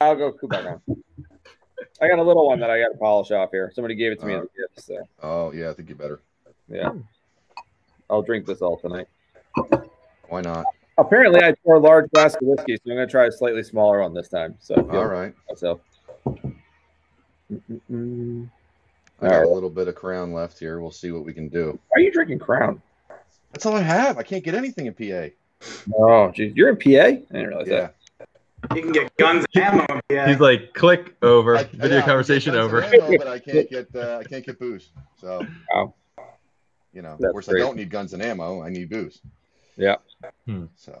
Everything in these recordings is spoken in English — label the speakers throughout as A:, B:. A: I'll go Kubaran. I got a little one that I got to polish off here. Somebody gave it to me as a gift, so
B: Oh yeah, I think you better.
A: yeah. I'll drink this all tonight.
B: Why not?
A: Apparently, I pour a large glass of whiskey, so I'm going to try a slightly smaller one this time. So, I feel
B: All right.
A: myself. Mm-mm-mm.
B: I got
A: All
B: a little bit of crown left here. We'll see what we can do.
A: Why are you drinking Crown?
B: That's all I have. I can't get anything in PA.
A: Oh, geez. You're in PA? I didn't realize
B: Yeah.
A: that.
C: You can get guns and ammo. Yeah.
D: He's like, click over,
B: I-
D: video
B: yeah,
D: conversation
B: I can
D: over.
B: get guns and ammo, but I can't get uh, I can't get booze. So
A: Wow.
B: you know,
A: That's
B: of course
A: great.
B: I don't need guns and ammo. I need booze.
A: Yeah.
D: Hmm.
B: So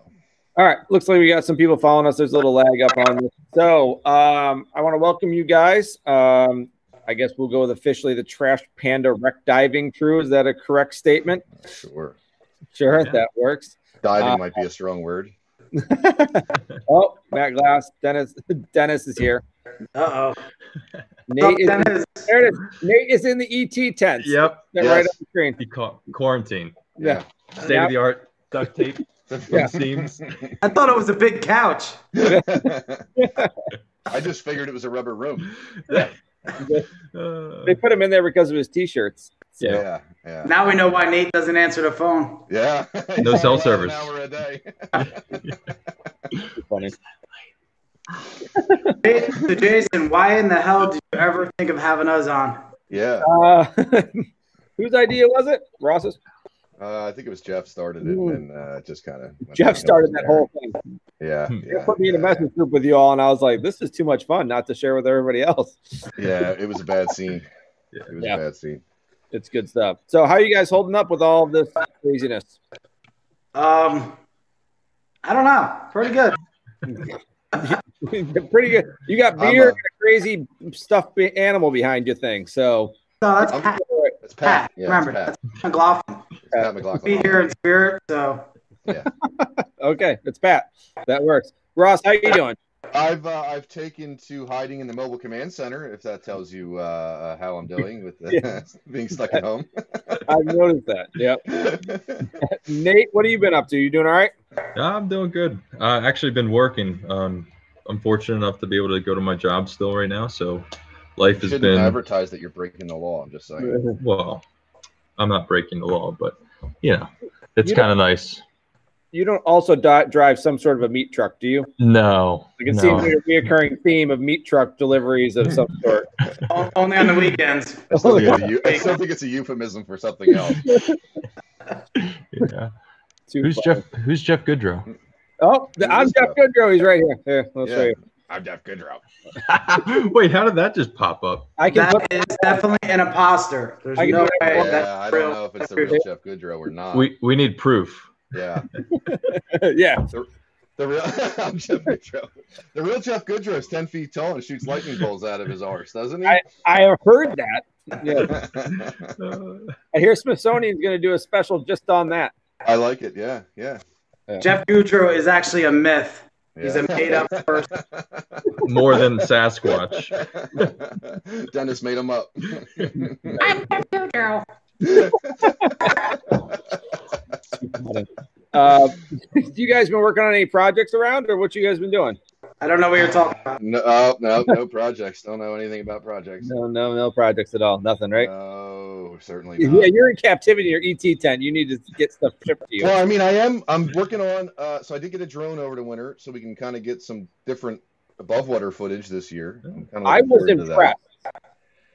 A: All right. Looks like we got some people following us. There's a little lag up on this. So, um, I want to welcome you guys. Um, I guess we'll go with officially the Trash Panda Wreck Diving Crew. Is that a correct statement?
B: sure.
A: Sure,
D: Yeah.
A: that works.
B: Diving
A: Uh,
B: might be a strong word.
A: Oh, Matt Glass, Dennis, Dennis is here.
C: Uh oh.
A: Nate is, there it is. Nate is in the ET tent.
D: Yep.
A: They're
B: Yes.
A: right on the screen.
D: He ca- quarantine.
A: Yeah.
D: State of the art duct tape from
A: Yeah.
D: Steams.
C: I thought it was a big couch.
B: I just figured it was a rubber room.
D: Uh,
A: They put him in there because of his t-shirts. So,
D: Yeah.
B: Yeah. Yeah.
C: Now we know why Nate doesn't answer the phone.
B: Yeah.
D: No
B: An
D: cell
B: hour-
D: service.
B: An hour a day.
A: it's funny.
C: Hey, So Jason, why in the hell did you ever think of having us on?
B: Yeah.
A: Uh, whose idea was it? Ross's.
B: Uh, I think it was Jeff started it, and then uh, it just kind of
A: Hmm. Jeff started that whole thing.
B: Yeah.
D: Hmm.
B: yeah,
A: Jeff put me in a
B: yeah,
A: message group with you all, and I was like, "This is too much fun not to share with everybody else."
B: Yeah, it was a bad scene.
D: Yeah.
B: It was
A: Yeah.
B: a bad scene.
A: It's good stuff. So, how are you guys holding up with all of this craziness?
C: Um, I don't know. Pretty good.
A: Pretty good. You got
B: I'm,
A: beer,
B: uh,
A: and a crazy stuff be- animal behind your thing. So,
C: No, that's
B: I'm-
C: Pat.
B: It's Pat.
C: Pat.
B: Yeah,
C: Remember,
B: it's Pat.
C: that's McLaughlin.
B: It's Pat
C: Be
B: McLaughlin.
C: here in spirit. So
A: Okay, it's Pat. That works. Ross, how you doing?
B: I've uh, I've taken to hiding in the mobile command center. If that tells you uh, uh, how I'm doing with the, being stuck at home.
A: I've noticed that. Yep. Nate, what have you been up to? You doing all right?
D: I'm doing good. I actually been working. Um, I'm fortunate enough to be able to go to my job still right now. So life has
B: Shouldn't
D: been
B: advertise that you're breaking the law. I'm just saying.
D: well. I'm not breaking the law, but you know, it's
A: You don't-
D: kind of nice.
A: You don't also di- drive some sort of a meat truck, do you?
D: No,
A: Like it
D: no.
A: seems like a reoccurring theme of meat truck deliveries of some sort.
C: o- only on the weekends.
B: I still, think it's a eu- I still think it's a euphemism for something else.
D: yeah.
A: Too funny.
D: Who's Jeff? Who's Jeff Goodrow?
A: Oh, th- I'm
B: Who's
A: Jeff Goodrow. He's right here. Here, let's
B: Yeah.
A: show you.
B: I'm Jeff Goodrow.
D: Wait, how did that just pop up?
A: I can put
C: That is definitely an imposter. There's
A: I can
C: no way
A: put-
C: that's
B: Yeah, I
C: real.
B: don't know if it's the real Jeff Goodrow or not.
D: We we need proof.
B: yeah,
A: yeah.
B: the real I'm Jeff Goodrow. The real Jeff Goodrow is ten feet tall and shoots lightning bolts out of his arse, doesn't he?
A: I have heard that. Yeah.
D: Uh,
A: I hear Smithsonian's gonna do a special just on that.
B: I like it. Yeah, yeah.
C: Jeff Goudreau is actually a myth. He's
B: yeah.
C: a made-up person.
D: more than Sasquatch.
B: Dennis made him up.
E: I'm Dr. Girl.
A: Uh, you guys been working on any projects around or what you guys been doing?
C: I don't know what you're talking about.
B: no, oh, no, no projects. Don't know anything about projects.
A: No, no, no projects at all. Nothing, right?
B: No, certainly not.
A: Yeah, you're in captivity in your ET tent. You need to get stuff shipped to you.
B: Well, I mean, I am. I'm working on. Uh, so I did get a drone over to winter, so we can kind of get some different above water footage this year. I'm kinda looking
A: I was
B: forward to that.
A: impressed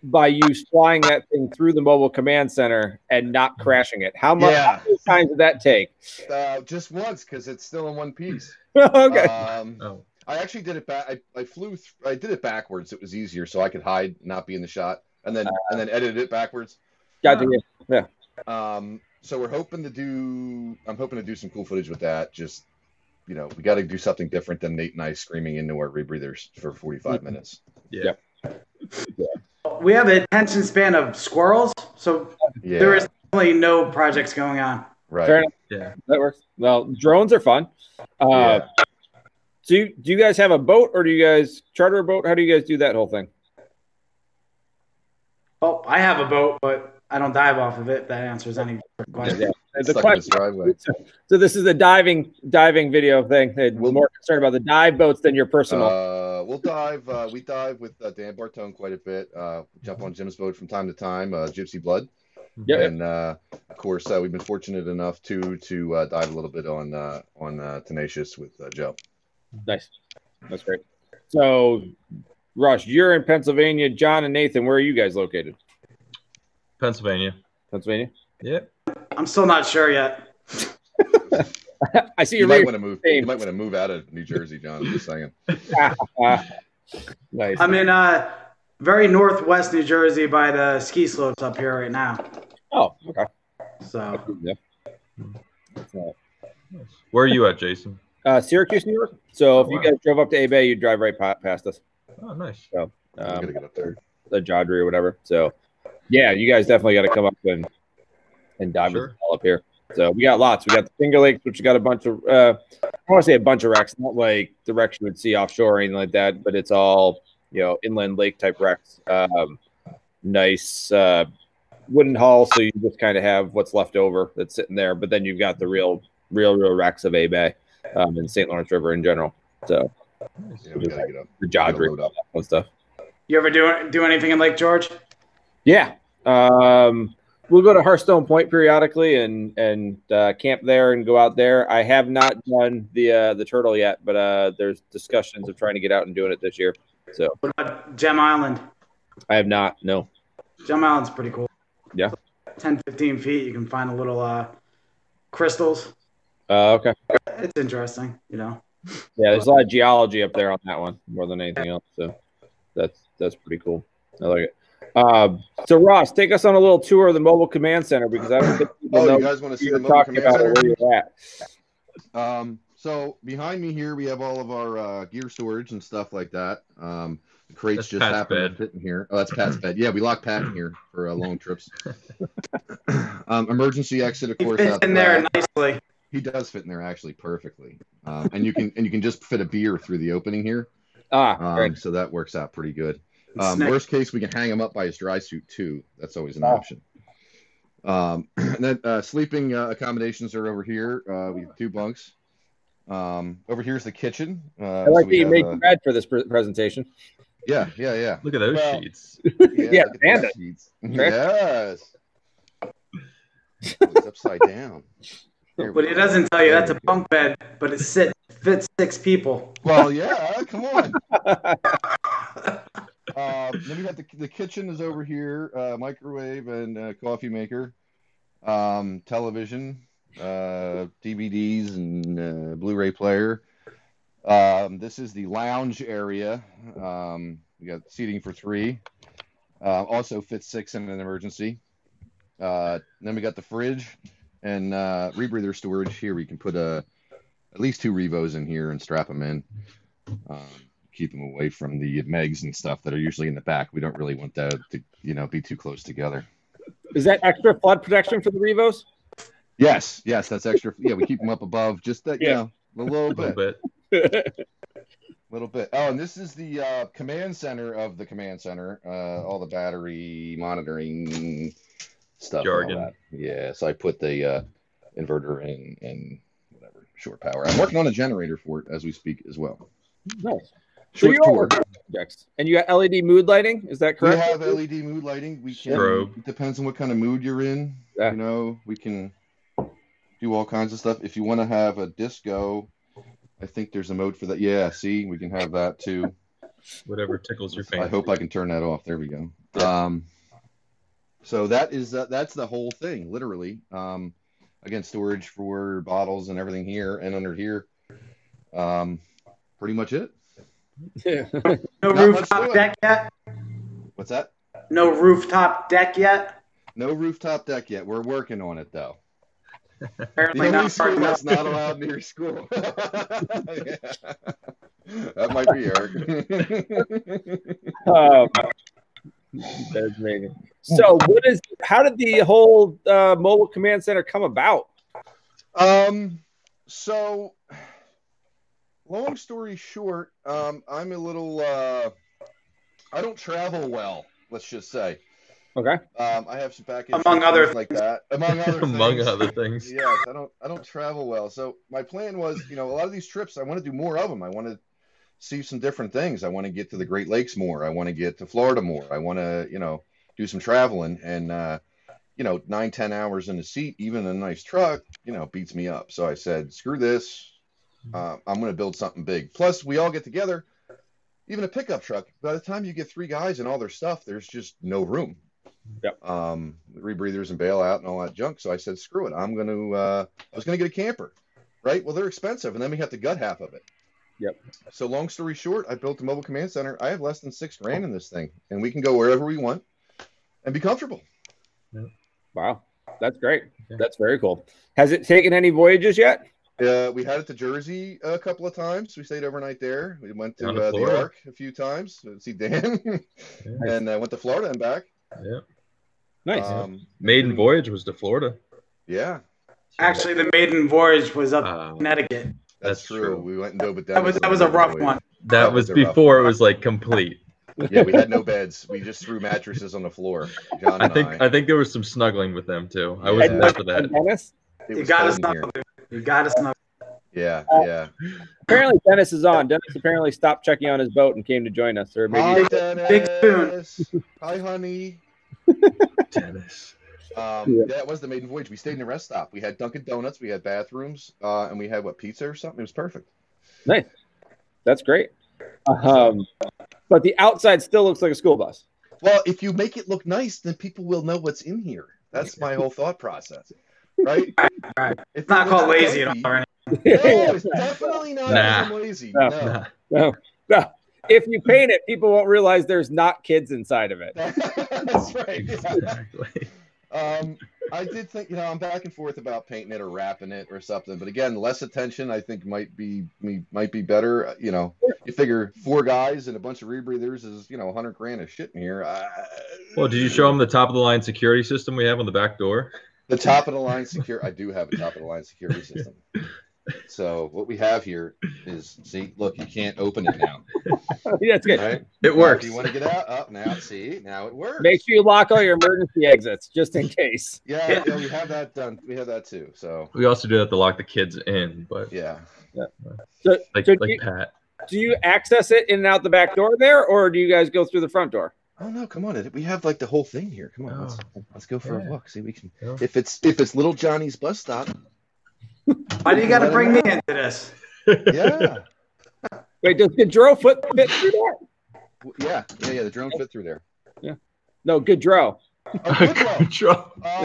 A: by you flying that thing through the mobile command center and not crashing it. How much
B: Yeah.
A: how many times did that take?
B: Uh, just once because it's still in one piece.
A: okay.
B: Um,
D: Oh,
B: I actually did it back. I, I flew. Th- I did it backwards. It was easier, so I could hide, not be in the shot, and
A: Uh-huh.
B: then and then edit it backwards.
A: Got to you.
B: Um, so we're hoping to do. I'm hoping to do some cool footage with that. Just you know, we got to do something different than Nate and I screaming into our rebreathers for
A: Mm-hmm.
B: 45 minutes.
D: yeah.
C: We have the attention span of squirrels, so
B: Yeah,
C: there is definitely no projects going on.
B: right.
A: Fair enough.
D: Yeah.
A: That works. Well, drones are fun. Uh,
B: Yeah.
A: Do you, do you guys have a boat or do you guys charter a boat? How do you guys do that whole thing?
C: Well, I Oh, have a boat, but I don't dive off of it. If that answers any question.
A: Yeah. The
B: Stuck in his
A: question-
B: driveway.
A: So this is a diving diving video thing. They're
B: We'll-
A: more concerned about the dive boats than your personal.
B: Uh, we'll dive. Uh, we dive with uh, Dan Bartone quite a bit. Uh, jump on Jim's boat from time to time. Uh, Gypsy Blood.
A: Yeah.
B: And uh, of course, uh, we've been fortunate enough to to uh, dive a little bit on uh, on uh, Tenacious with uh, Joe.
A: nice. That's great. So, Rush, you're in Pennsylvania. John and Nathan, where are you guys located?
D: Pennsylvania.
A: Pennsylvania.
D: Yep.
C: I'm still not sure yet.
A: I see
B: You
A: your
B: might
A: name.
B: want to move.
A: Same.
B: You might want to move out of New Jersey, John. I'm just saying.
A: Nice.
C: I'm in uh, very northwest New Jersey by the ski slopes up here right now.
A: Oh, okay.
C: So
A: Yeah.
D: Where are you at, Jason?
A: Oh, Uh, Syracuse, New York. So if
D: Oh,
A: you
D: wow.
A: guys drove up to A Bay, you'd drive right pa- past us,
D: Oh, nice.
B: I'm
A: um,
B: gonna get up there.
A: the Jodry or whatever. So, yeah, you guys definitely got to come up and and dive
D: Sure.
A: with us all up here. So we got lots. We got the Finger Lakes, which got a bunch of uh, I want to say a bunch of wrecks, not like the wrecks you would see offshore or anything like that, but it's all you know inland lake type wrecks. Um, nice uh, wooden hull, so you just kind of have what's left over that's sitting there. But then you've got the real, real, real wrecks of A Bay um, and St. Lawrence River in general. So
B: Yeah, we gotta get up.
A: the
B: Gotta
A: Jodry
B: load up.
A: and stuff.
C: you ever do do anything in Lake George?
A: Yeah. Um, we'll go to Hearthstone Point periodically and and uh, camp there and go out there. I have not done the uh, the turtle yet, but uh, there's discussions of trying to get out and doing it this year. So
C: What about Gem Island?
A: I have not. No.
C: Gem Island's pretty cool.
A: Yeah.
C: 10, 15 feet, you can find a little uh, crystals.
A: Uh, okay.
C: It's interesting, you know.
A: Yeah, there's a lot of geology up there on that one more than anything else. So that's that's pretty cool. I like it. Um, so Ross, take us on a little tour of the Mobile Command Center because I don't think people
B: Oh,
A: know
B: you guys want to
A: what
B: see
A: you're
B: the mobile
A: talking
B: command
A: about or
B: center?
A: where you're at.
B: Um, so behind me here, we have all of our uh, gear storage and stuff like that. Um, the crates
D: That's
B: just
D: Pat's
B: happen to
D: bed.
B: fit in here. Oh, that's Pat's bed. Yeah, we lock Pat in here for uh, long trips. um, emergency exit, of
C: He
B: course. uh,
C: fits
B: out
C: in
B: the back.
C: there nicely.
B: He does fit in there actually perfectly. Um, and you can and you can just fit a beer through the opening here.
A: Ah,
B: Um,
A: great.
B: so that works out pretty good.
C: It's
B: Um,
C: nice.
B: worst case, we can hang him up by his dry suit too. That's always an
A: Oh.
B: option. Um, and then uh, sleeping uh, accommodations are over here. Uh, we have two bunks. Um, over here's the kitchen. Uh,
A: I like
B: so
A: that
B: we
A: you
B: have,
A: made
B: uh,
A: Brad for this pre- presentation.
B: yeah, yeah, yeah.
D: Look at those
B: Well-
D: sheets.
A: Yeah,
B: look at these
A: bandit.
B: sheets. Yes. Oh, it's upside down. Here
C: But
B: we
C: he
B: go.
C: doesn't tell you
B: There
C: that's a
B: we go.
C: bunk bed, but it sit, fits six people.
B: Well, yeah, come on. um, then we got the, the kitchen is over here, uh, microwave and uh, coffee maker, um, television, uh, DVDs and uh, Blu-ray player. Um, this is the lounge area. Um, we got seating for three. Uh, also fits six in an emergency. Uh, then we got the fridge and uh, rebreather storage here. We can put a at least two revos in here and strap them in. Um, keep them away from the megs and stuff that are usually in the back. We don't really want that to, you know, be too close together.
A: Is that extra flood protection for the Revos?
B: Yes, yes, that's extra. Yeah, we keep them up above just that, you
A: Yeah.
B: know, a little
D: A little
B: bit,
D: bit.
B: little bit. Oh, and this is the uh, command center of the command center. Uh, all the battery monitoring stuff. and all
D: Jargon.
B: that. Yeah, so I put the uh, inverter in and whatever short power. I'm working on a generator for it as we speak as well.
A: nice. So
B: Short
A: you are
B: tour.
A: working on projects. And you got LED mood lighting? Is that
B: We
A: correct?
B: have E LED mood lighting. We can.
D: Strobe.
B: It depends on what kind of mood you're in.
A: Yeah.
B: You know, we can do all kinds of stuff. If you want to have a disco, I think there's a mode for that. Yeah. See, we can have that too.
D: Whatever tickles your
B: I
D: fancy.
B: hope I can turn that off. There we go.
A: Yeah.
B: Um. So that is uh, that's the whole thing, literally. Um, again, storage for bottles and everything here and under here. Um, pretty much it.
A: Yeah.
C: No
B: Not much to
C: rooftop
B: it.
C: deck yet?
B: What's that?
C: No rooftop deck yet?
B: No rooftop deck yet. We're working on it though. The
C: Apparently
B: only
C: not.
B: school
C: far enough.
B: that's not allowed near school. That might be Eric.
A: Um, that's amazing. So what is how did the whole uh, mobile command center come about?
B: um, so, long story short, um, I'm a little. Uh, I don't travel well. Let's just say.
A: Okay.
B: Um, I have some package
C: Among
B: things
C: other
B: like that. Among other
D: among
B: things.
D: other things.
B: Yes, I don't I don't travel well. So my plan was, you know, a lot of these trips, I want to do more of them. I want to see some different things. I want to get to the Great Lakes more. I want to get to Florida more. I want to, you know, do some traveling and uh, you know, nine, ten hours in a seat, even in a nice truck, you know, beats me up. So I said, screw this. Uh, I'm going to build something big. Plus, we all get together, even a pickup truck. By the time you get three guys and all their stuff, there's just no room um, rebreathers and bailout and all that junk. So I said, screw it. I'm going to, uh, I was going to get a camper, right? Well, they're expensive. And then we have to gut half of it.
A: Yep.
B: So long story short, I built a mobile command center. I have less than six grand in this thing and we can go wherever we want and be comfortable.
A: Wow. That's great.
D: Yeah.
A: That's very cool. Has it taken any voyages yet?
B: Uh, we had it to Jersey a couple of times. We stayed overnight there. We went to
D: Down to
B: uh, the
D: Florida.
B: Ark a few times to see Dan and uh, went to Florida and back.
D: Yeah.
A: Nice.
B: Um,
D: Maiden voyage was to Florida.
B: yeah,
C: Actually, the maiden voyage was up
D: Uh,
C: in Connecticut.
B: that's,
D: That's
B: true.
D: true.
B: We went and dove it down.
C: That was that was a rough
B: Really-
C: one.
D: that was
B: was a rough
D: before it was like complete.
B: yeah, we had no beds. We just threw mattresses on the floor. John and
D: I
B: I
D: think I think there was some snuggling with them too. I
B: Yeah.
D: wasn't there for
A: And
D: that.
A: Dennis?
B: It
C: You
B: was
C: got us Uh,
B: cold in
C: nothing. You got us nothing.
B: here. Yeah, yeah.
A: Apparently Dennis is on. Dennis apparently stopped checking on his boat and came to join us. Or maybe
B: Hi,
C: Big- big spoon.
B: Dennis. Hi, honey.
D: Dennis.
B: Um,
A: Yeah.
B: That was the maiden voyage. We stayed in a rest stop. We had Dunkin' Donuts. We had bathrooms, uh, and we had what pizza or something. It was perfect.
A: that's great. Um, but the outside still looks like a school bus.
B: Well, if you make it look nice, then people will know what's in here. That's my whole thought process, right?
C: right.
B: It's
C: It's not called lazy at all. Or anything.
B: No, it's definitely not
D: Nah.
B: I'm lazy.
A: No.
B: No.
D: Nah.
A: if you paint it, people won't realize there's not kids inside of it.
B: That's right. yeah.
D: Exactly.
B: Um, I did think, you know, I'm back and forth about painting it or wrapping it or something, but again, less attention I think might be me might be better. Uh, You know, you figure four guys and a bunch of rebreathers is you know 100 grand of shit in here. Uh,
D: Well, did you show them the top of the line security system we have on the back door?
B: the top of the line secure? I do have a top of the line security system. So what we have here is see, look, you can't open it now.
A: yeah, it's good.
B: Right?
D: It works.
B: If you want to get out? Up now. See, now it works.
A: Make sure you lock all your emergency exits just in case.
B: yeah, yeah, we have that done. We have that too. So
D: We also do that to lock the kids in, but
B: yeah.
A: So,
D: like
A: so do,
D: like
A: you,
D: Pat.
A: do you access it in and out the back door there, or do you guys go through the front door?
B: Oh no, come on. it- We have like the whole thing here. Come on, let's
C: Oh,
B: let's go for
D: yeah.
B: a walk. See we can
D: Yeah.
B: if it's if it's little Johnny's bus stop.
C: Why do you got to bring me into this?
B: Yeah.
A: Wait, does Gaudreau foot fit through that?
B: W- yeah. Yeah, yeah, the drone fit through there.
A: No, Gaudreau.
B: Oh, good one.
D: Control.
B: Um,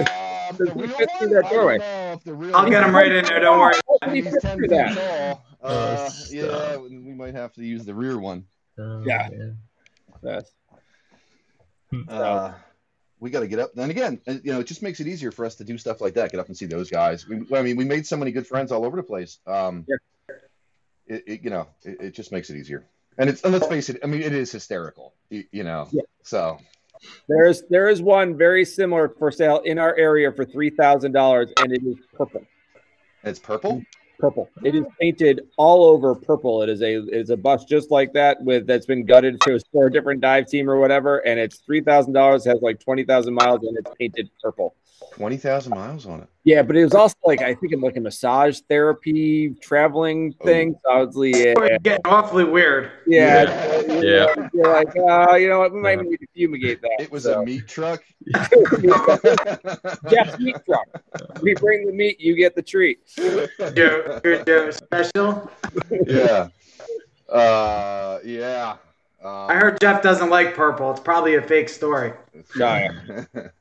B: the
A: He
B: real
A: fits through
B: one?
A: that
B: I
A: doorway.
B: don't know if the real
C: I'll get him right in there. Don't worry.
A: How did Oh, he
B: He's
A: fit
B: 10
A: through
B: feet
A: that?
B: tall. Uh,
D: Oh, stop.
B: yeah, we might have to use the rear one.
D: Oh,
A: Yeah.
D: man.
A: Yes.
B: Uh, we got to get up. Then again, uh, you know, it just makes it easier for us to do stuff like that. Get up and see those guys. We, I mean, we made so many good friends all over the place. Um,
A: Yeah.
B: it, it, you know, it, it just makes it easier. And it's and let's face it. I mean, it is hysterical. You, you know,
A: Yeah.
B: so
A: There is there is one very similar for sale in our area for three thousand dollars, and it is purple.
B: it's purple.
A: Purple. It is painted all over purple. It is a it is a bus just like that with that's been gutted for, for a different dive team or whatever, and it's three thousand dollars, has like twenty thousand miles, and it's painted purple.
B: Twenty thousand miles on it.
A: Yeah, but it was also like I think I'm like a massage therapy traveling thing. So I was like, yeah,
C: It's getting awfully weird.
A: yeah,
B: Oh, Yeah.
D: Yeah.
A: You're like, oh, you know what? We might need to fumigate that.
B: It was
A: So-
B: a meat truck.
A: Jeff's meat truck. We bring the meat, you get the treat.
C: You're, you're, you're special.
B: yeah. Uh, yeah. Um,
C: I heard Jeff doesn't like purple. It's probably a fake story.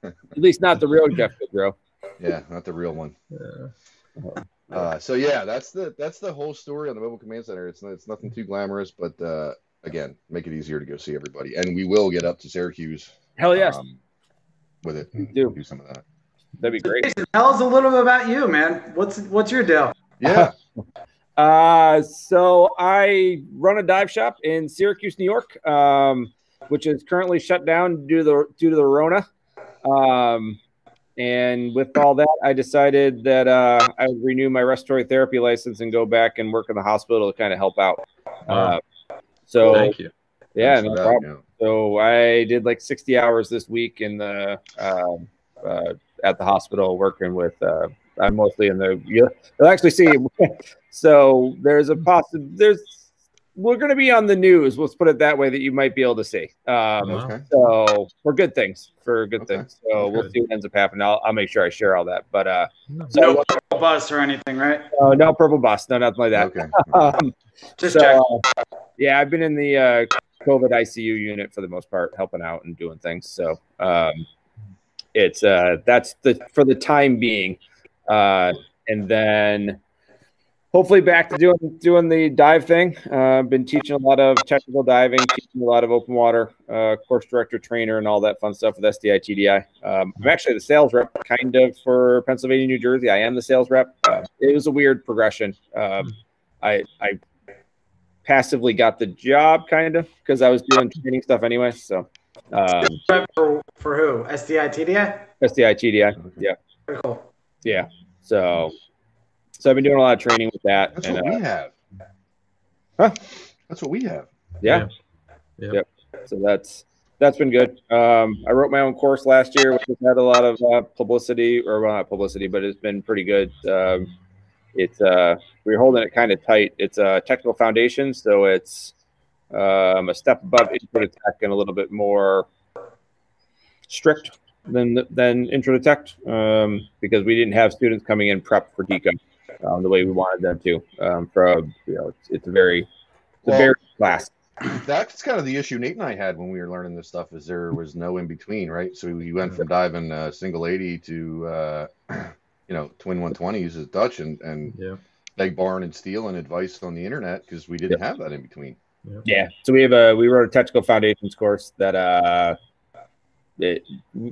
A: At least not the real Jeff Goodrow.
B: yeah, not the real one.
D: Yeah.
B: Uh, so yeah, that's the that's the whole story on the mobile command center. It's it's nothing too glamorous, but uh, again, make it easier to go see everybody, and we will get up to Syracuse.
A: Hell Oh, yes,
B: um, with it, and
A: do.
B: do some of that.
A: that'd be great.
C: Jason, tell us a little bit about you, man. What's what's your deal?
B: Yeah,
A: Uh, so I run a dive shop in Syracuse, New York, um, which is currently shut down due to the due to the Rona. Um, and with all that, I decided that uh, I would renew my respiratory therapy license and go back and work in the hospital to kind of help out. Uh, so
D: Thank you.
A: yeah,
B: Thanks
A: no
B: for that,
A: problem.
B: you know.
A: So I did like 60 hours this week in the um uh, at the hospital working with. Uh, I'm mostly in the. You'll you'll actually see. so there's a possible. There's we're going to be on the news. Let's put it that way. That you might be able to see. Um,
D: Wow.
B: Okay.
A: so for good things, for good
B: Okay.
A: things. So we'll
D: Good.
A: see what ends up happening. I'll, I'll make sure I share all that. But uh, so
C: No bus or anything, right?
A: uh, no purple bus, no nothing like that.
B: Okay.
A: Um,
C: Just
A: so,
C: check.
A: uh, yeah, I've been in the uh, COVID ICU unit for the most part, helping out and doing things. So um, it's uh, that's the for the time being, uh, and then hopefully back to doing doing the dive thing. Uh, been teaching a lot of technical diving, teaching a lot of open water, uh, course director, trainer, and all that fun stuff with SDI TDI. Um, I'm actually the sales rep, kind of for Pennsylvania, New Jersey. I am the sales rep. Uh, it was a weird progression. Um, I I passively got the job kind of because I was doing training stuff anyway. So um,
C: For, for who? SDI, TDI?
A: SDI, TDI,
C: Very cool.
A: yeah. So so I've been doing a lot of training with that.
B: That's
A: and,
B: what
A: uh,
B: we have.
A: Huh?
B: That's what we have.
A: yeah.
D: Yeah.
A: Yep. So that's that's been good. Um, I wrote my own course last year, which has had a lot of uh, publicity, or well, not publicity, but it's been pretty good. Um, it's uh, we're holding it kind of tight. It's a technical foundation, so it's um, a step above intro to tech and a little bit more strict than than intro to tech um, because we didn't have students coming in prep for deco um, the way we wanted them to. Um, from you know, it's, it's a very it's
B: Well-
A: a very class.
B: That's kind of the issue Nate and I had when we were learning this stuff is there was no in between, right? So we went from diving uh, single 80 to, uh, you know, twin 120s as Dutch and, and
D: Yeah.
B: beg, barn, and steal and advice on the internet because we didn't have that in between.
A: Yeah. So we have a we wrote a technical foundations course that uh it,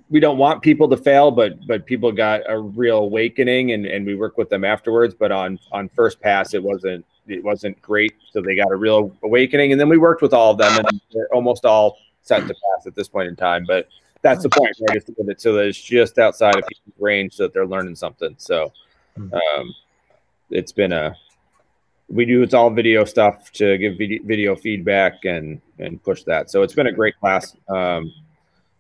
A: we don't want people to fail, but but people got a real awakening and and we work with them afterwards. But on on first pass, it wasn't it wasn't great, so they got a real awakening, and then we worked with all of them, and they're almost all set to pass at this point in time. But that's the point, right? Is to get it so that it's just outside of people's range, so that they're learning something. So um, it's been a we do it's all video stuff to give video, video feedback and and push that so it's been a great class um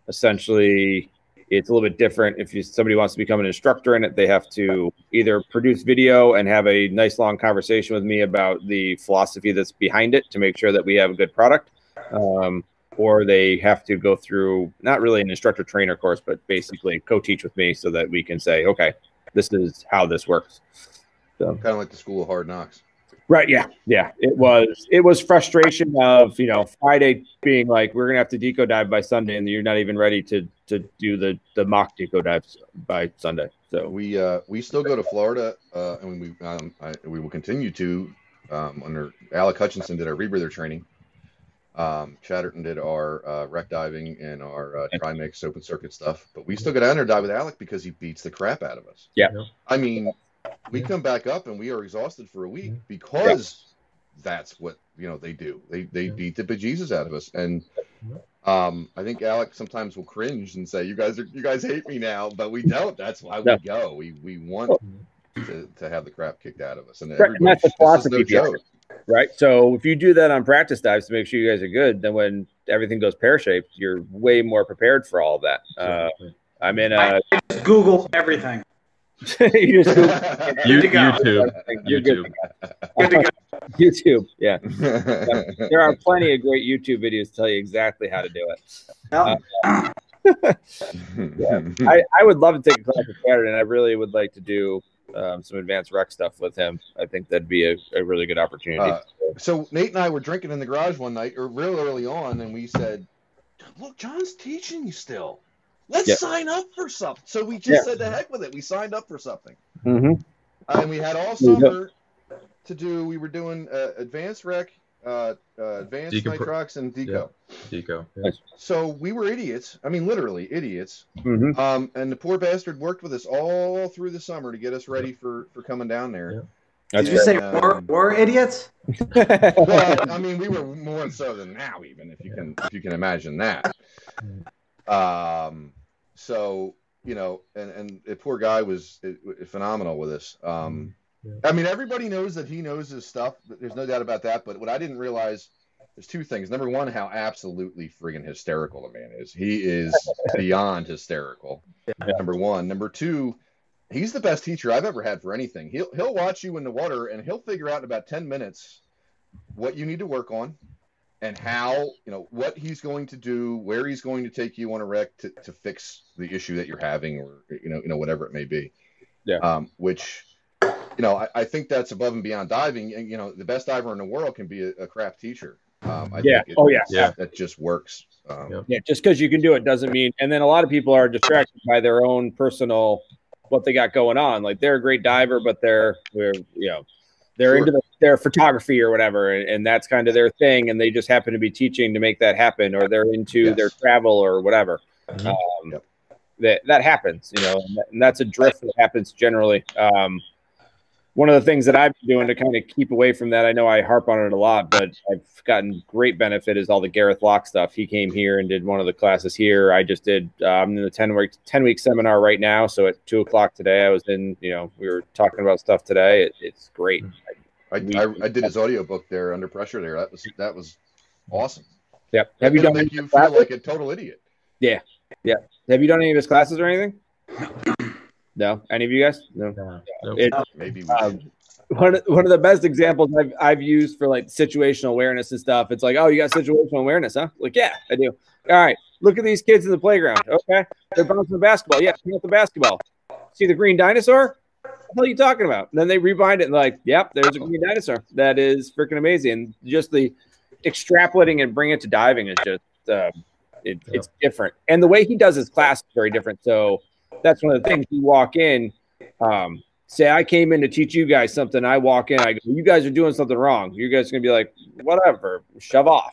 A: essentially it's a little bit different if you, somebody wants to become an instructor in it they have to either produce video and have a nice long conversation with me about the philosophy that's behind it to make sure that we have a good product um or they have to go through not really an instructor trainer course but basically co-teach with me so that we can say okay this is how this works
B: Kind of like the school of hard knocks.
A: Right. Yeah. Yeah. It was. It was frustration of you know Friday being like we're gonna have to deco dive by Sunday, and you're not even ready to to do the the mock deco dives by Sunday. So
B: We uh, we still go to Florida, uh, and we um, I, we will continue to um, under Alec Hutchinson did our rebreather training. Um, Chatterton did our uh, wreck diving and our uh, tri mix open circuit stuff, but we still go down there and dive with Alec because he beats the crap out of us.
A: Yeah.
D: Yeah.
B: I mean, we
D: Yeah.
B: come back up and we are exhausted for a week
D: Yeah.
B: because that's what you know they do. They they
D: Yeah.
B: beat the bejesus out of us, and um, I think Alec sometimes will cringe and say, "You guys are you guys hate me now," but we don't. That's why we
A: No.
B: go. We we want to, to have the crap kicked out of us, and
A: Right, and that's the
B: everybody- this is
A: philosophy behind
B: joke.
A: right. So if you do that on practice dives to make sure you guys are good, then when everything goes pear shaped, you're way more prepared for all of that. Uh, I'm in a
C: Just Google everything.
A: you just Google
C: Good
D: You,
C: to go.
D: YouTube.
A: You're
D: YouTube.
A: good.
C: Good to go.
A: YouTube. Yeah. There are plenty of great YouTube videos to tell you exactly how to do it.
C: Well,
A: I, I would love to take a class with Saturday, and I really would like to do um, some advanced rec stuff with him. I think that'd be a, a really good opportunity.
B: Uh, so Nate and I were drinking in the garage one night, or real early on, and we said, "Look, John's teaching you still. Let's
A: Yeah.
B: sign up for something." So we
A: Yeah.
B: just said, "The heck with it." We signed up for something, Uh,
A: Mhm.
B: and we had all
A: There you go.
B: summer to do. We were doing uh, advanced rec, uh, uh, advanced
D: Deco pro-
B: nitrox, and deco.
D: Yeah. Deco. Yeah.
A: Nice.
B: So we were idiots. I mean, literally idiots.
A: Mhm.
B: Um, and the poor bastard worked with us all through the summer to get us ready for for coming down there.
A: That's
C: did you
A: right.
C: say
B: um,
C: we're, we're idiots?
B: well, I mean, we were more so than now, even if you can if you can imagine that. Um, so you know, and and the poor guy was uh, phenomenal with us. Um,
D: Yeah.
B: I mean, everybody knows that he knows his stuff. There's no doubt about that. But what I didn't realize there's two things. Number one, how absolutely friggin' hysterical the man is. He is beyond hysterical. Number one. Number two, he's the best teacher I've ever had for anything. He'll he'll watch you in the water and he'll figure out in about ten minutes what you need to work on and how you know what he's going to do, where he's going to take you on a wreck to, to fix the issue that you're having, or you know, you know, whatever it may be.
A: Yeah.
B: Um, which, you know, I, I think that's above and beyond diving. And you know, the best diver in the world can be a, a crap teacher. Um, I
A: Yeah.
B: Think it,
A: Oh, yeah.
B: Yeah. That just works. Um,
D: Yeah.
A: Yeah, just because you can do it doesn't mean. And then a lot of people are distracted by their own personal what they got going on. Like they're a great diver, but they're they're you know they're
B: Sure.
A: into the, their photography or whatever, and, and that's kind of their thing. And they just happen to be teaching to make that happen, or they're into
B: Yes.
A: their travel or whatever.
D: Mhm.
A: Um,
B: Yep.
A: That that happens, you know, and, that- and that's a drift that happens generally. Um, one of the things that I've been doing to kind of keep away from that, I know I harp on it a lot, but I've gotten great benefit is all the Gareth Locke stuff. He came here and did one of the classes here. I just did. uh, I'm in the ten week ten week seminar right now. So at two o'clock today, I was in. You know, we were talking about stuff today. It, it's great.
B: I, I, I did his audiobook there under pressure there. That was that was awesome.
A: Yep. Have you
B: It'll
A: done?
B: make
A: Any,
B: you feel like a total idiot?
A: have you done any of his classes or anything? No. Any of you guys? No.
D: Yeah. Nope.
A: It,
B: Maybe we
A: Um,
B: should.
A: one of, one of the best examples I've, I've used for like situational awareness and stuff. It's like, oh, you got situational awareness, huh? Like, yeah, I do. All right, look at these kids in the playground. Okay, they're bouncing the basketball. Yeah, pick up the basketball. See the green dinosaur? What the hell are you talking about? And then they rebind it and like, yep, there's a green dinosaur. That is freaking amazing. And just the extrapolating and bringing it to diving is just uh, it, it's different. And the way he does his class is very different. So that's one of the things. You walk in. Um, say I came in to teach you guys something. I walk in, I go, you guys are doing something wrong. You guys are gonna be like, whatever, shove off.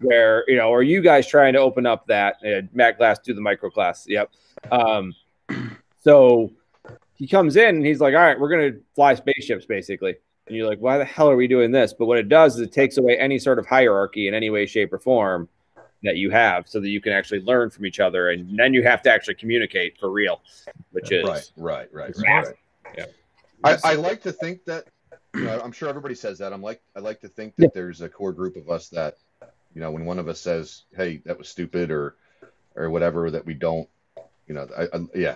A: Where you know, or you guys trying to open up that uh, Matt Glass do the micro class? Yep. Um, so he comes in and he's like, all right, we're gonna fly spaceships basically. And you're like, why the hell are we doing this? But what it does is it takes away any sort of hierarchy in any way, shape, or form that you have, so that you can actually learn from each other, and then you have to actually communicate for real, which is
B: Right, right, right,
A: It's
B: right.
A: massive.
B: right.
A: Yeah.
B: I, I like to think that you know, I'm sure everybody says that. I'm like I like to think that
A: Yeah.
B: there's a core group of us that you know when one of us says, "Hey, that was stupid," or or whatever that we don't, you know, I, I, yeah,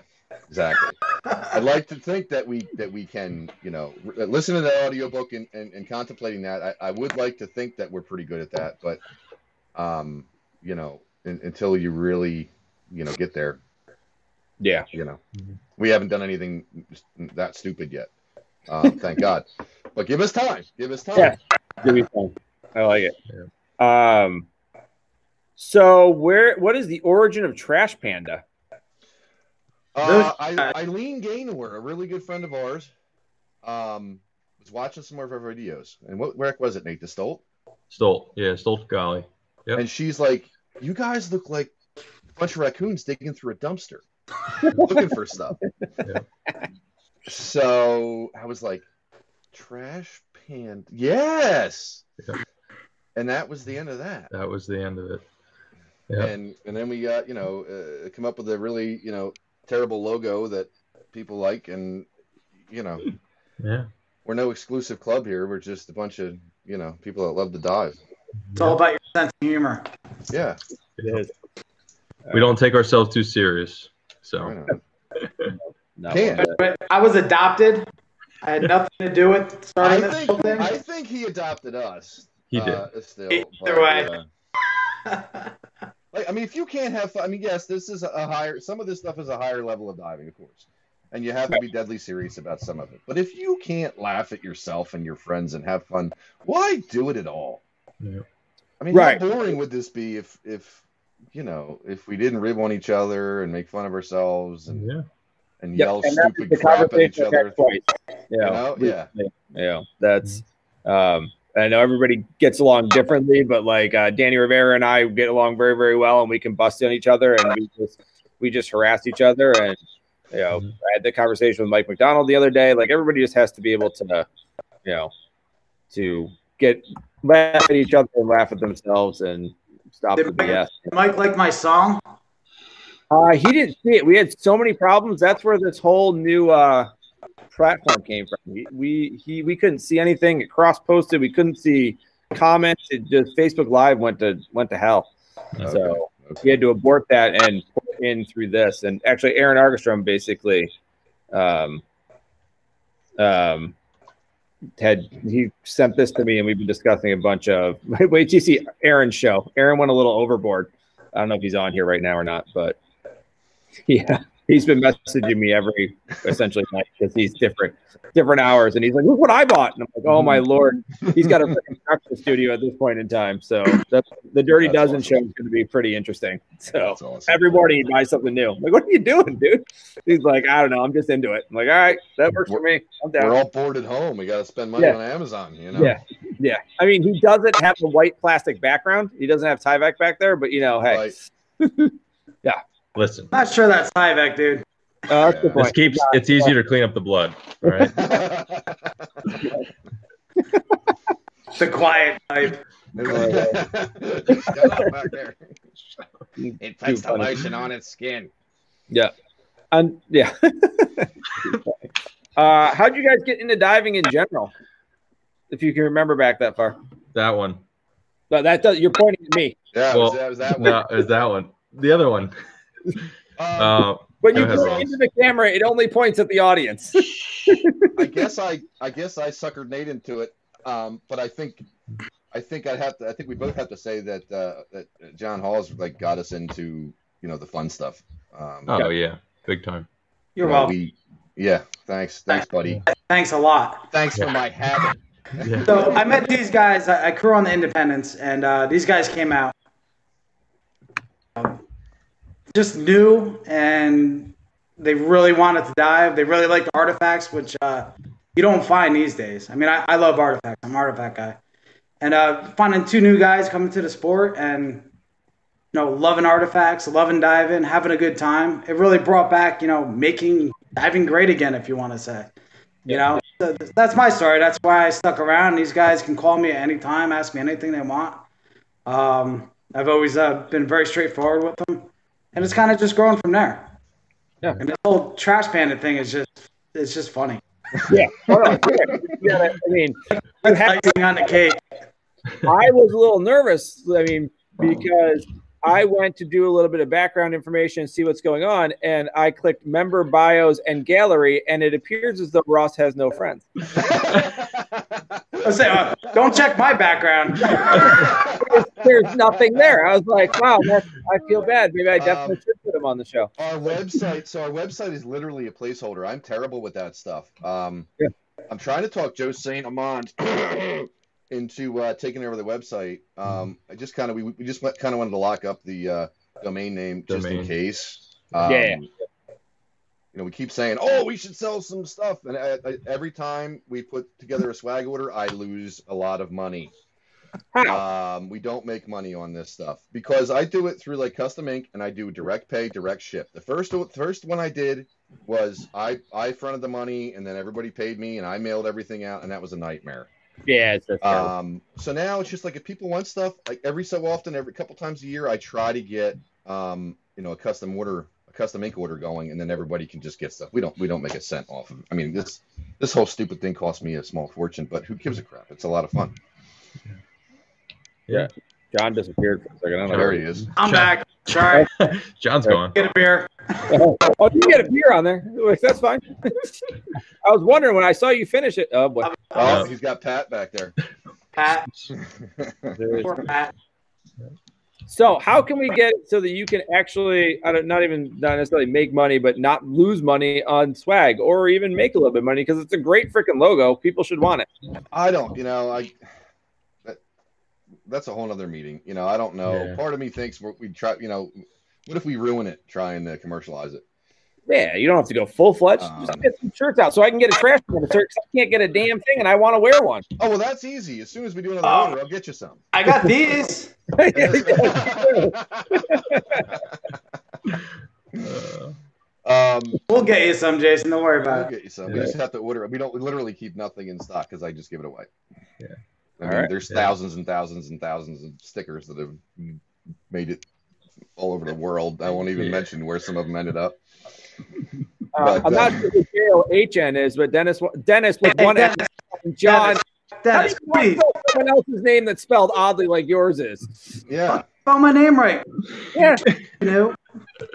B: exactly. I like to think that we that we can you know r- listen to that audiobook and, and, and contemplating that. I, I would like to think that we're pretty good at that, but um, you know, un until you really you know get there,
A: yeah.
B: you know
D: Mhm.
B: we haven't done anything that stupid yet um, thank god but give us time give us time
A: Yeah. Give me some. I like it. Um, so where? What is the origin of Trash Panda?
B: uh, I, eileen gaynor a really good friend of ours um, was watching some of our videos and what wreck was it nate the stolt
D: Stolt. Yeah, Stolt Golly. Yep.
B: and she's like you guys look like a bunch of raccoons digging through a dumpster looking for stuff
D: Yeah.
B: so i was like trash panda yes
D: Yeah.
B: and that was the end of that
D: That was the end of it. Yeah.
B: and and then we got you know uh, come up with a really you know terrible logo that people like and you know
D: Yeah.
B: we're no exclusive club here we're just a bunch of you know people that love to dive
C: It's all about your sense of humor.
B: yeah
D: We don't take ourselves too serious.
B: why
D: So
B: not?
A: No,
B: Can't.
A: uh,
C: But I was adopted. I had nothing to do with
B: I,
C: starting this whole
B: think,
C: thing.
B: I think he adopted us
D: he did.
B: uh, still
C: Either
B: but,
C: way.
B: uh, like i mean if you can't have fun i mean yes this is a higher some of this stuff is a higher level of diving of course and you have to be deadly serious about some of it but if you can't laugh at yourself and your friends and have fun why do it at all
D: Yeah.
B: I mean,
A: Right.
B: how boring would this be if, if you know, if we didn't rib on each other and make fun of ourselves and,
D: Yeah.
B: and
A: yeah,
B: yell
A: and that's
B: stupid
A: the
B: crap at each
A: conversation I
B: other?
A: had twice. Yeah,
B: know? Yeah.
A: yeah. That's. Um, I know everybody gets along differently, but like uh, Danny Rivera and I get along very, very well, and we can bust on each other, and we just we just harass each other, and you know,
D: Mhm.
A: I had the conversation with Mike McDonald the other day. Like everybody just has to be able to, uh, you know, to get laugh at each other and laugh at themselves and stop the BS.
C: Mike liked my song.
A: Uh, he didn't see it. We had so many problems. That's where this whole new uh, platform came from. We, we he we couldn't see anything. It cross posted. We couldn't see comments. It just Facebook Live went to went to hell. So we had to abort that and put in through this. And actually, Aaron Argostrom basically, um, um, had he sent this to me, and we've been discussing a bunch of. Wait, till you see Aaron's show. Aaron went a little overboard. I don't know if he's on here right now or not, but yeah, he's been messaging me every essentially night because he's different, different hours, and he's like, "Look what I bought," and I'm like, "Oh my lord!" He's got a freaking production studio at this point in time, so that's, the Dirty
B: That's
A: Dozen
B: awesome.
A: show is going to be pretty interesting. So
B: That's awesome.
A: every morning he buys something new. I'm like, "What are you doing, dude?" He's like, "I don't know. I'm just into it." I'm like, "All right, that works for me. I'm down."
B: We're all bored at home. We got to spend money
A: Yeah.
B: on Amazon, you know?
A: Yeah, yeah. I mean, he doesn't have a white plastic background. He doesn't have Tyvek back there, but you know, hey,
B: Right.
D: Listen,
C: Not sure that's Tyvek, dude.
A: uh, that's the
D: this
A: point.
D: keeps. It's easier to clean up the blood, right?
C: The quiet type.
B: Shut up back there. It
A: puts the funny.
B: on its skin.
A: And yeah. uh, how'd you guys get into diving in general? If you can remember back that far,
D: That one.
A: no, that does. You're pointing at me,
B: Yeah,
D: Well,
B: that was that one.
D: No, it was that one. The other one.
B: Um,
D: Uh,
A: but you
D: Go ahead,
A: point
D: Ross.
A: into the camera. It only points at the audience.
B: I guess I, I guess I suckered Nate into it. Um, but I think, I think I'd have to. I think we both have to say that uh, that John Hall's like got us into you know the fun stuff. Um,
D: oh yeah, big time.
C: You're
B: uh,
C: welcome.
B: we- yeah. Thanks. Thanks, buddy.
C: Thanks a lot.
B: Thanks for my habit.
D: Yeah.
C: So I met these guys. I, I crew on the Independence, and uh, these guys came out um, just new, and they really wanted to dive. They really liked artifacts, which uh, you don't find these days. I mean, I, I love artifacts. I'm an artifact guy, and uh, finding two new guys coming to the sport and you know loving artifacts, loving diving, having a good time. It really brought back you know making diving great again, if you want to say. You know, so th- that's my story. That's why I stuck around. These guys can call me at any time, ask me anything they want. Um, I've always uh, been very straightforward with them, and it's kind of just growing from there.
A: Yeah.
C: And this whole trash bandit thing is just—it's just funny.
A: yeah. Oh, no, yeah. Yeah, I mean, you have
C: Icing on the cake.
A: I was a little nervous. I mean, because I went to do a little bit of background information and see what's going on, and I clicked member bios and gallery, and it appears as though Ross has no friends.
C: I say, uh, don't check my background.
A: There's nothing there. I was like, wow, that's, I feel bad. Maybe I definitely
B: Um,
A: should put him on the show.
B: our website so our website is literally a placeholder i'm terrible with that stuff um
A: Yeah.
B: i'm trying to talk joe saint amand into uh taking over the website um i just kind of we, we just kind of wanted to lock up the uh domain name just in
D: Domain.
B: case um,
A: Yeah.
B: you know we keep saying oh we should sell some stuff and I, I, every time we put together a swag order i lose a lot of money
A: How?
B: um, we don't make money on this stuff because I do it through like custom ink and I do direct pay, direct ship. The first the first one I did was I I fronted the money and then everybody paid me and I mailed everything out and that was a nightmare.
A: Yeah, it's just terrible.
B: Um, so now it's just like if people want stuff, like every so often, every couple times a year, I try to get um, you know, a custom order, a custom ink order going, and then everybody can just get stuff. We don't we don't make a cent off of. I mean, this this whole stupid thing cost me a small fortune, but who gives a crap? It's a lot of fun.
A: John disappeared for a second. I don't
B: Oh, There
A: know.
B: he is.
C: I'm back. Sorry.
D: John's gone.
C: Get a beer.
A: Oh, you got a beer on there. That's fine. I was wondering when I saw you finish it. Oh, boy.
B: Oh,
D: Yeah.
B: he's got Pat back there.
C: Pat.
A: There is-
C: Poor Pat.
A: So how can we get it so that you can actually I don't, not even not necessarily make money, but not lose money on swag or even make a little bit of money because it's a great freaking logo. People should want it.
B: I don't, you know, I that, that's a whole nother meeting. You know, I don't know.
D: Yeah.
B: Part of me thinks we we try, you know, what if we ruin it trying to commercialize it?
A: Yeah, you don't have to go full fledged.
B: Um,
C: Uh.
A: Just get some shirts out so I can get a trash can shirt 'cause I can't get a damn thing and I want to wear one.
B: Oh well, that's easy. As soon as we do another
C: Oh.
B: order, I'll get you some.
C: I got these.
D: Uh,
B: um,
C: We'll get you some, Jason. Don't worry
B: we'll
C: about it.
B: get you some. We just have to order. it. We don't we literally keep nothing in stock because I just give it away.
D: Yeah.
B: I
A: All
B: mean,
A: right.
B: there's
D: Yeah.
B: thousands and thousands and thousands of stickers that have made it all over the world. I won't even
D: Yeah.
B: mention where some of them ended up.
A: Uh,
B: But,
A: I'm not
B: uh,
A: sure who JLHN is, but Dennis wa- Dennis was
C: Hey,
A: one
C: Dennis,
A: F. John.
C: Dennis,
A: How do you want
C: please.
A: so someone else's name that's spelled oddly like yours is.
B: Yeah.
C: Spell my name right.
A: Yeah.
C: You know,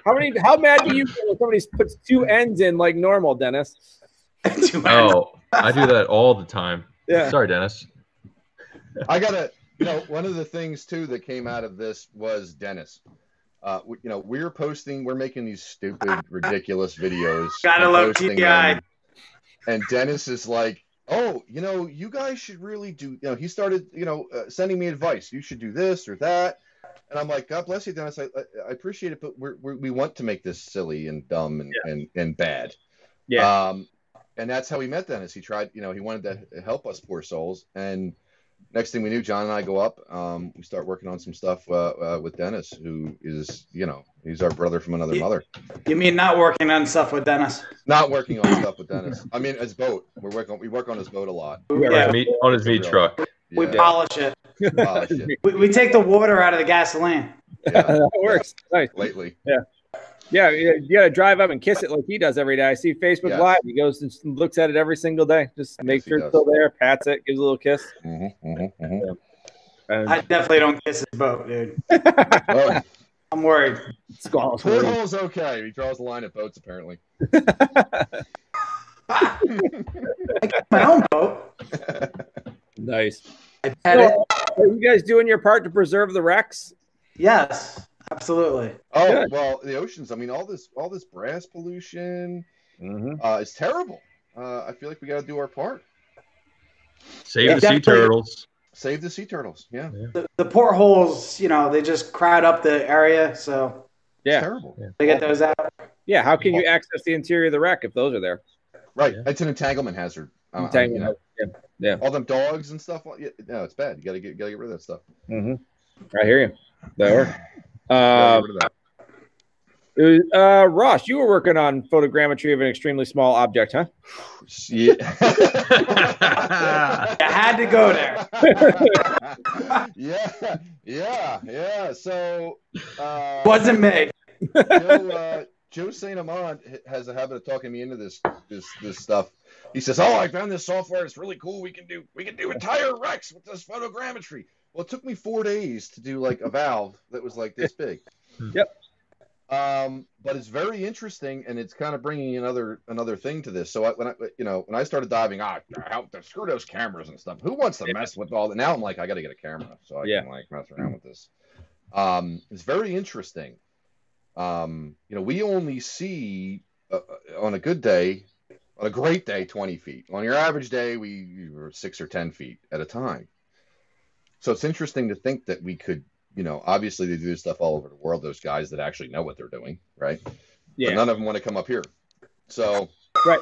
A: How many? How mad do you get when somebody puts two N's in like normal, Dennis?
C: Two hours.
D: Oh, I do that all the time.
A: Yeah.
D: Sorry, Dennis.
B: I gotta, you know, one of the things too that came out of this was Dennis. Uh, we, you know, we're posting, we're making these stupid, ridiculous videos.
C: Gotta
B: and
C: love
B: posting
C: TPI.
B: them. And Dennis is like, "Oh, you know, you guys should really do." You know, he started, you know, uh, sending me advice. You should do this or that. And I'm like, "God bless you, Dennis. I, I, I appreciate it, but we're, we're, we want to make this silly and dumb and and, and bad."
A: Yeah.
B: Um, and that's how we met Dennis. He tried, you know, he wanted to help us poor souls. And next thing we knew, John and I go up. Um, we start working on some stuff uh, uh, with Dennis, who is, you know, he's our brother from another
C: Yeah.
B: mother.
C: You mean not working on stuff with Dennis?
B: Not working on stuff with Dennis. I mean, his boat. We're working. We work on his boat a lot.
A: Yeah.
D: Meat, on his meat truck.
C: We
B: Yeah.
C: polish it.
B: Oh, shit.
C: We, we take the water out of the gasoline.
B: Yeah.
A: that works. Nice.
B: Lately,
A: Yeah, you you gotta drive up and kiss it like he does every day. I see Facebook
B: Yeah.
A: Live. He goes and looks at it every single day. Just make
B: Yes, he
A: sure
B: does.
A: it's still there. Pats it, gives a little kiss.
B: Mhm, mhm, mhm.
A: And
C: I definitely don't kiss his boat, dude.
B: Oh,
C: I'm worried.
A: squalls.
B: porthole's okay. He draws the line at boats, apparently.
C: Ah! My own boat.
A: Nice.
C: I pet it.
A: So, are you guys doing your part to preserve the wrecks?
C: Yes, absolutely.
B: Oh
A: Good.
B: well, the oceans. I mean, all this, all this brass pollution uh, is terrible. Uh, I feel like we got to do our part.
D: Save
C: Yeah,
D: the sea
C: definitely.
D: turtles.
B: Save the sea turtles. Yeah,
C: The, the portholes, you know, they just crowd up the area, so
B: It's
A: Yeah,
B: terrible.
D: Yeah.
C: they get those out.
A: yeah. How can you access the interior of the wreck if those are there?
B: Right.
D: Yeah.
B: It's an entanglement hazard. Uh,
A: Entanglement
B: you know, all them dogs and stuff. like- yeah, No, it's bad. You gotta get gotta get rid of that stuff. Mm-hmm.
A: I hear you. That works.
B: Gotta
A: Um,
B: get rid of that.
A: it was- uh, Ross, you were working on photogrammetry of an extremely small object, huh?
B: Yeah.
C: I had to go there.
B: yeah, yeah, yeah. So, uh,
C: Wasn't me.
B: Joe, uh, Joe Saint Amant h- has a habit of talking me into this this this stuff. He says, "Oh, I found this software. It's really cool. We can do we can do entire wrecks with this photogrammetry." Well, it took me four days to do like a valve that was like this big.
A: Yep.
B: Um, but it's very interesting, and it's kind of bringing another another thing to this. So I, when I you know when I started diving, ah, how, screw those cameras and stuff. Who wants to mess with all that? Now I'm like, I got to get a camera so I
A: Yeah.
B: can like mess around with this. Um, it's very interesting um, you know, we only see uh, uh, on a good day, on a great day, 20 feet. On your average day, we we were six or 10 feet at a time. So it's interesting to think that we could, you know, obviously they do this stuff all over the world, those guys that actually know what they're doing, right? But none of them want to come up here. So,
A: Right.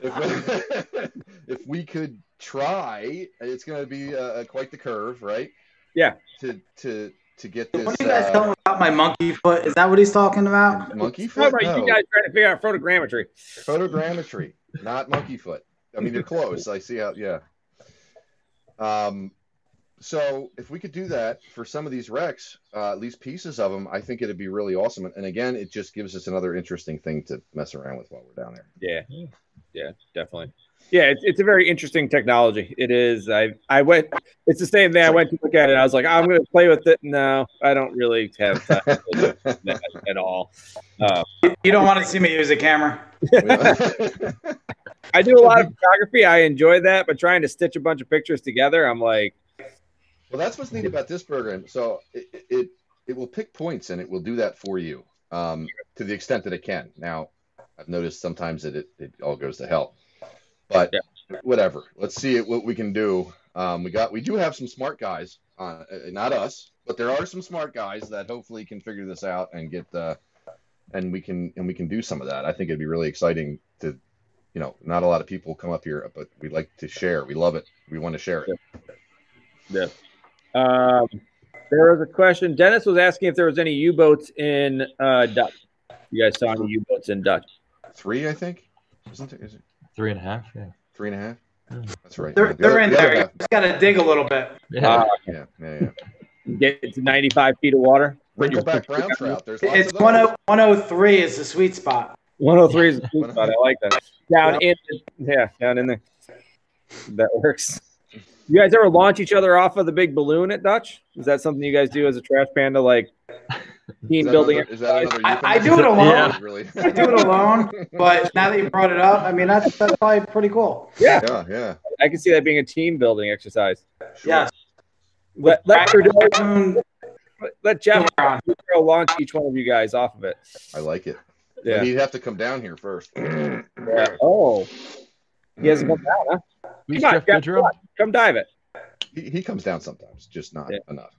B: If we, if we could try, it's going to be uh, quite the curve, right?
A: Yeah.
B: To, to, to get this
C: What are you guys
B: uh,
C: talking about? My monkey foot? Is that what he's talking about?
B: monkey
A: How about
B: foot. No.
A: you guys trying to figure out photogrammetry?
B: Photogrammetry, not monkey foot. I mean, you're close. I see how, yeah. Um, so if we could do that for some of these wrecks, uh, at least pieces of them, I think it'd be really awesome. And again, it just gives us another interesting thing to mess around with while we're down there.
A: Yeah, yeah, definitely. Yeah, it's, it's a very interesting technology. It is. I I went. It's the same thing. I went to look at it. I was like, I'm going to play with it. No, I don't really have time for that at all. Uh,
C: You don't want to see me use a camera.
A: I do a lot of photography. I enjoy that, but trying to stitch a bunch of pictures together, I'm like,
B: Well, that's what's neat about this program. So it it, it will pick points and it will do that for you um, to the extent that it can. Now, I've noticed sometimes that it, it all goes to hell, but whatever. Let's see it, what we can do. Um, we got we do have some smart guys, uh, uh, not us, but there are some smart guys that hopefully can figure this out and get uh, and we can and we can do some of that. I think it'd be really exciting to, you know, not a lot of people come up here, but we like to share. We love it. We want to share it.
A: um, there was a question. Dennis was asking if there was any U-boats in uh, Dutch. You guys saw any U-boats in Dutch?
B: Three, I think. Isn't it? Is it?
D: Three and a half. Yeah.
B: Three and a half.
D: Hmm.
B: That's right. The
C: They're, they're
B: other-
C: in
B: the other
C: there. You
B: half.
C: just got to dig a little bit.
D: Yeah.
A: Uh,
B: Yeah, yeah, yeah.
A: Get to 95 feet of water.
B: Wrinkleback brown trout. There's lots
C: It's
B: of those.
C: 10- 103 is the sweet spot.
A: 103 is a sweet
B: oh
A: spot. I like that. Down in, yeah, down in there. That works. You guys ever launch each other off of the big balloon at Dutch? Is that something you guys do as a trash panda, like
B: Is
A: team
B: that
A: building?
B: another- is that
A: exercise?
B: another
C: I- I
B: euphemism?
C: do it alone.
D: Yeah.
B: Really?
C: I do it alone, but now that you brought it up, I mean that's that's probably pretty cool.
A: yeah,
B: yeah, yeah.
A: I can see that being a team building exercise.
B: Sure.
C: Yes.
A: Let let, Trudeau,
C: Raccoon
A: let Jeff
C: moron.
A: Trudeau launch each one of you guys off of it.
B: I like it. But
A: Yeah.
B: he'd have to come down here first.
A: Yeah. Oh, he
B: Mm.
A: hasn't come down, huh?
F: Who's
A: Come on,
F: Jeff
A: Jeff,
F: Goodrow?
A: Come dive it.
B: He, he comes down sometimes, just not
A: Yeah.
B: enough.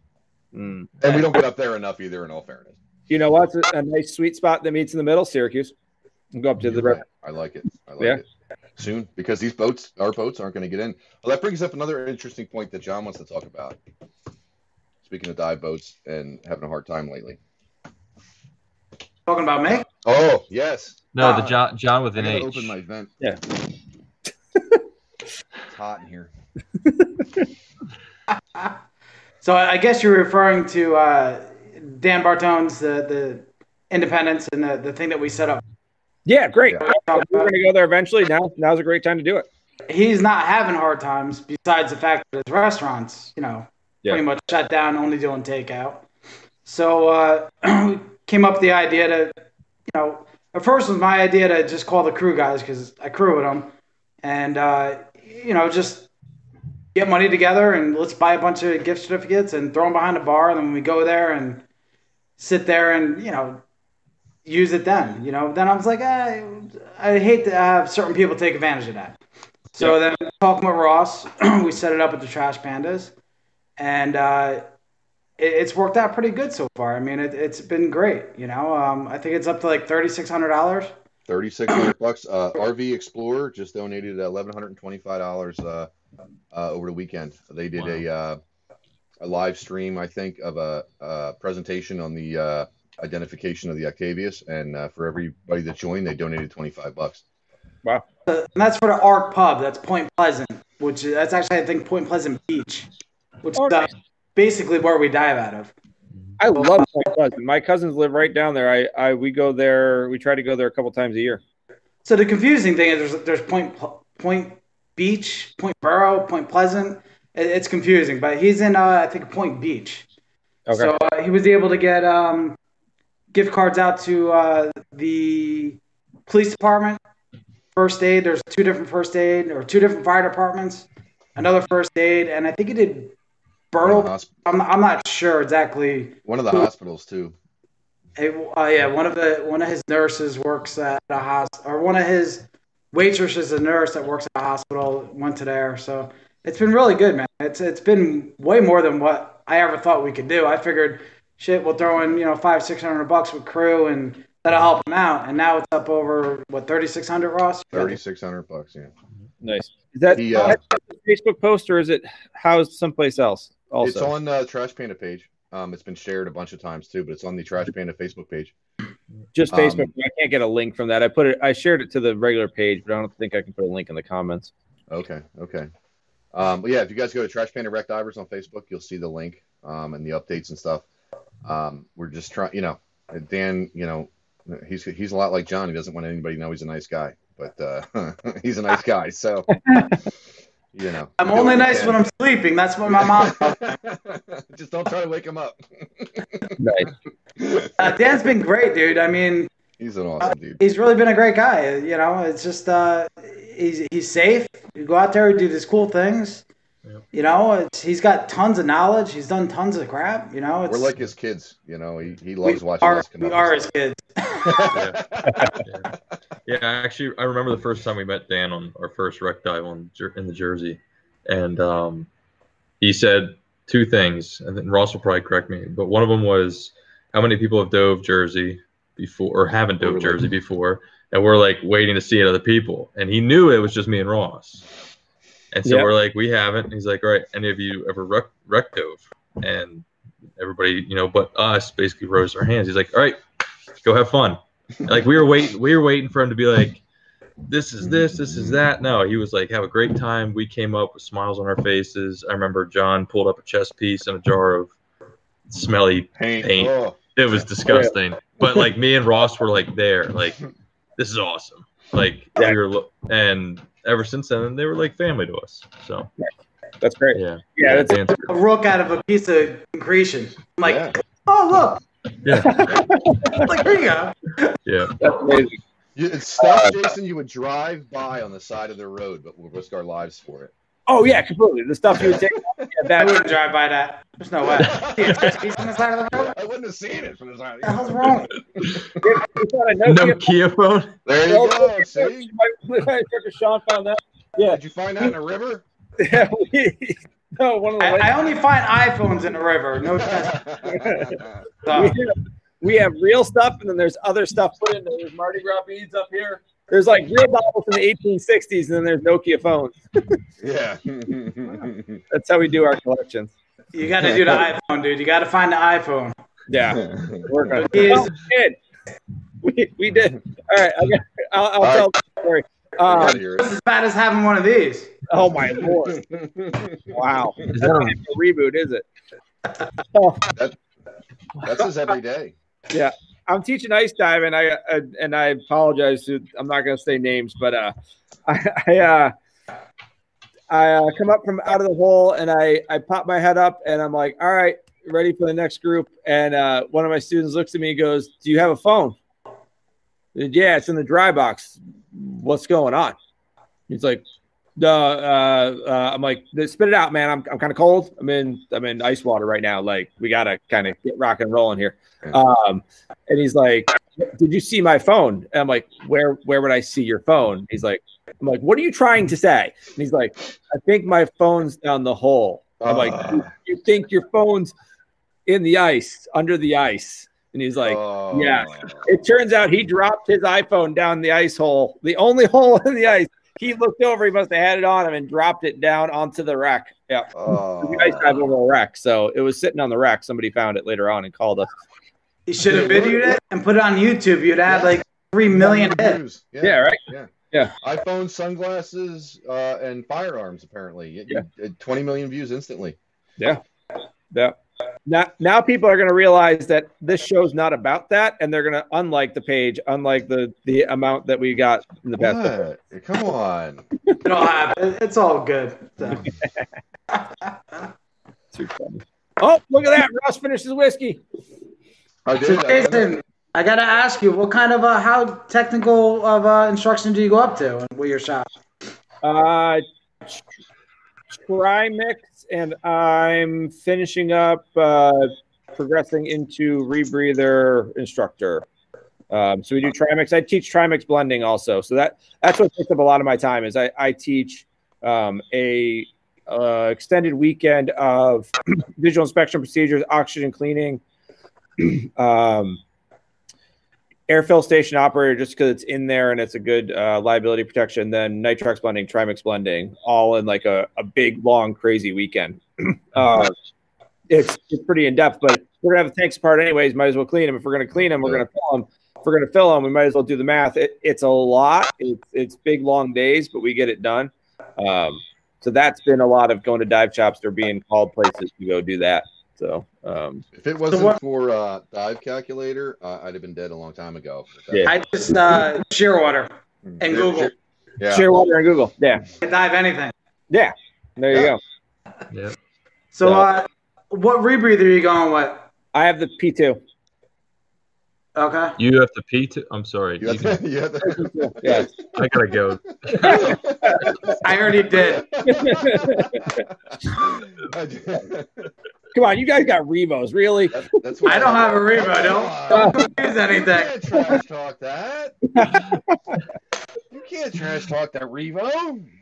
A: Mm.
B: And we don't get up there enough either, in all fairness.
A: You know what's a, a nice sweet spot that meets in the middle? Syracuse. Go up to the
B: You're
A: river.
B: right. I like it. I like
A: Yeah.
B: it. Soon, because these boats, our boats, aren't going to get in. Well, that brings up another interesting point that John wants to talk about. Speaking of dive boats and having a hard time lately.
C: talking about me.
B: Oh yes,
F: No, the
C: Uh,
F: John, John with
B: I
F: an
B: gotta
F: H.
B: open my vent.
A: Yeah.
B: it's hot in here.
C: So I I guess you're referring to uh, Dan Bartone's the the independence and the, the thing that we set up.
A: Yeah, great.
B: Yeah.
A: We're gonna go there eventually. Now, now's a great time to do it.
C: He's not having hard times. Besides the fact that his restaurants, you know,
A: Yeah.
C: pretty much shut down, only doing takeout. So uh, came up with the idea to, you know, at first was my idea to just call the crew guys because I crew with them, and uh, you know just get money together and let's buy a bunch of gift certificates and throw them behind a bar, and then we go there and sit there and you know use it then. You know, then I was like, I, I hate to have certain people take advantage of that. So then talking with Ross, we set it up at the Trash Pandas, and uh, it, it's worked out pretty good so far. I mean, it, it's been great. You know, um, I think it's up to like thirty six hundred dollars.
B: Thirty-six hundred bucks. Uh, RV Explorer just donated eleven hundred and twenty-five dollars uh, uh, over the weekend. They did a uh, a live stream, I think, of a, uh presentation on the uh, identification of the Octavius, and uh, for everybody that joined, they donated twenty-five bucks.
C: And that's for the Arc Pub. That's Point Pleasant, which is- that's actually I think Point Pleasant Beach, which is uh, basically where we dive out of.
A: I love my cousin. My cousins live right down there. I, I we go there. We try to go there a couple times a year.
C: So the confusing thing is there's there's Point Pl- Point Beach, Point Borough, Point Pleasant. It, it's confusing, but he's in uh, I think Point Beach.
A: Okay.
C: So uh, he was able to get um, gift cards out to uh, the police department, first aid. There's two different first aid or two different fire departments, another first aid, and I think he did
B: One of the,
C: borough.
B: hosp-
C: I'm, I'm not sure exactly.
B: one of the hospitals too.
C: It, uh, yeah, one of the one of his nurses works at a hospital, or one of his waitresses, a nurse that works at a hospital, went to there. So it's been really good, man. It's it's been way more than what I ever thought we could do. I figured, shit, we'll throw in you know five six hundred bucks with crew, and that'll help them out. And now it's up over what thirty six hundred, Ross.
B: Thirty-six hundred bucks. Yeah.
A: Nice. Is that
B: He, uh,
A: Facebook post or is it housed someplace else? Also,
B: It's on uh, Trash Panda page. Um, it's been shared a bunch of times too, but it's on the Trash Panda Facebook page.
A: just
B: um,
A: Facebook. I can't get a link from that. I put it. I shared it to the regular page, but I don't think I can put a link in the comments.
B: Okay, okay. Um, but yeah, if you guys go to Trash Panda Wreck Divers on Facebook, you'll see the link um, and the updates and stuff. Um, we're just trying, you know, and Dan, you know, he's he's a lot like John. He doesn't want anybody to know he's a nice guy, but uh, he's a nice guy. So, you know,
C: I'm only nice when I'm sleeping. That's what my mom.
B: just don't try to wake him up.
A: Nice.
C: Uh, Dan's been great, dude. I mean,
B: He's an awesome dude.
C: he's really been a great guy. You know, it's just uh, he's he's safe. You go out there, you do these cool things.
D: Yep.
C: You know, it's, he's got tons of knowledge. He's done tons of crap. You know, it's
B: We're like his kids, you know. He, he
C: we
B: loves watching
C: are,
B: us come
C: we
B: up.
C: are his kids.
D: Yeah, actually, I remember the first time we met Dan on our first wreck dive on Jer- in the Jersey, and um, he said two things, and then Ross will probably correct me, but one of them was how many people have dove Jersey before or haven't dove
B: Really?
D: Jersey before, and we're like waiting to see other people, and he knew it was just me and Ross, and so
A: Yeah.
D: we're like we haven't. And he's like, all right, any of you ever wreck, wreck dove? And everybody, you know, but us basically rose our hands. He's like, all right, go have fun like we were waiting we were waiting for him to be like this is this this is that no he was like have a great time we came up with smiles on our faces i remember john pulled up a chess piece and a jar of smelly
B: Paint.
D: Paint.
B: Oh,
D: it was disgusting but like me and ross were like there like this is awesome like we were lo- and ever since then they were like family to us so
A: That's great.
D: Yeah.
A: Yeah, that's
D: dance.
C: a rook out of a piece of concretion. I'm like,
B: Yeah.
C: oh
D: Yeah.
C: look, like here you go.
D: Yeah.
A: that's amazing.
B: You- It's stuff, Jason, you would drive by on the side of the road, but we'll risk our lives for it.
A: Oh yeah, completely. The stuff you would take. Yeah,
C: I
A: that
C: wouldn't drive by that. There's
A: Oh,
C: no way. See a chess piece on the side of the road. What
B: I wouldn't have seen it from the side.
C: the hell's wrong?
A: it's not a
D: No
A: Nokia
D: Kia phone.
B: There you go. See?
A: Sean found that. Yeah,
B: Did you find that in a river?
A: yeah. We, no, one of the.
C: I,
A: ladies-
C: I only find iPhones in the river. No chess.
A: we,
C: stuff.
A: have, we have real stuff, and then there's other stuff put in there. There's Mardi Gras beads up here. There's like real Bibles from the 1860s, and then there's Nokia phones.
B: yeah.
A: That's how we do our collections.
C: You got to do the iPhone, dude. You got to find the iPhone.
A: Yeah, work on it.
C: Yes.
A: Oh, we did. We, we did. All right, I got, I'll, I'll
B: All
A: tell the story. Um,
C: It's as bad as having one of these.
A: oh my lord! Wow,
D: Is
A: that's
D: that
A: not
D: on,
A: even a reboot, is it?
B: That's us every day.
A: I'm teaching ice diving. I uh, and I apologize. To, I'm not going to say names, but uh, I I, uh, I uh, come up from out of the hole and I I pop my head up and I'm like, all right, ready for the next group. And uh, one of my students looks at me and goes, "Do you have a phone?" I said, yeah, it's in the dry box. What's going on? He's like, "Uh, uh, uh," I'm like, spit it out, man. I'm I'm kind of cold. I'm in I'm in ice water right now. Like we gotta kind of get rock and rolling here. Um, and he's like, "Did you see my phone?" And I'm like, "Where where would I see your phone?" He's like, "I'm like, what are you trying to say?" And he's like, "I think my phone's down the hole." I'm like, you, "You think your phone's in the ice, under the ice?" And he's like,
B: Oh.
A: yeah. "It turns out he dropped his iPhone down the ice hole, the only hole in the ice." He looked over. He must have had it on him and dropped it down onto the wreck. Yeah,
B: Oh.
A: the ice dive over a wreck. So it was sitting on the wreck. Somebody found it later on and called us.
C: You should have videoed it and put it on YouTube. You'd have
B: Yeah.
C: like three million hits.
B: views.
A: yeah right.
B: iPhone, sunglasses, uh, and firearms. Apparently, You- you- uh, twenty million views instantly.
A: Yeah. Now, now people are going to realize that this show's not about that, and they're going to unlike the page, unlike the the amount that we got in the past.
B: What? Come on.
C: It'll happen. It's all good. So.
A: Too funny. Oh, look at that! Russ finished his whiskey.
B: I
C: So
B: did. I went
C: Jason, I gotta ask you, what kind of uh, how technical of uh, instruction do you go up to with your shop?
A: Uh, try mix, and I'm finishing up uh, progressing into rebreather instructor. Um, so we do trimix. I teach trimix blending also. So that that's what takes up a lot of my time is I, I teach um, a uh, extended weekend of visual inspection procedures, oxygen cleaning, um, air fill station operator, just because it's in there and it's a good uh, liability protection. Then nitrox blending, trimix blending, all in like a, a big, long, crazy weekend. uh, it's, it's pretty in depth, but we're gonna have the tanks apart anyways. Might as well clean them. If we're gonna clean them, we're gonna fill them. If we're gonna fill them, we might as well do the math. It, it's a lot. It's it's big, long days, but we get it done. Um, so that's been a lot of going to dive shops or being called places to go do that. So um,
B: If it wasn't
C: what-
B: for uh, dive calculator, uh, I'd have been dead a long time ago.
A: Yeah.
C: I just uh, sheer water,
B: and
C: Google.
B: Yeah.
A: share water and Google. Yeah,
C: I can dive anything.
A: yeah. There you
B: Yeah.
A: go.
D: yeah.
C: So,
A: Yeah.
C: uh, what rebreather are you going with?
A: I have the P two.
C: Okay.
D: You have to pee too. I'm sorry.
B: You
D: You
B: have
D: can-
B: to, you have to-
A: Yeah.
D: I gotta go.
C: I already did.
B: I did-
A: Come on, you guys got Remos, really?
B: That's- that's what
C: I don't have a Remo,
B: Come
C: don't-
B: on.
A: don't
C: confuse
B: You can't
C: anything.
B: trash talk that. you can't trash talk that Revo.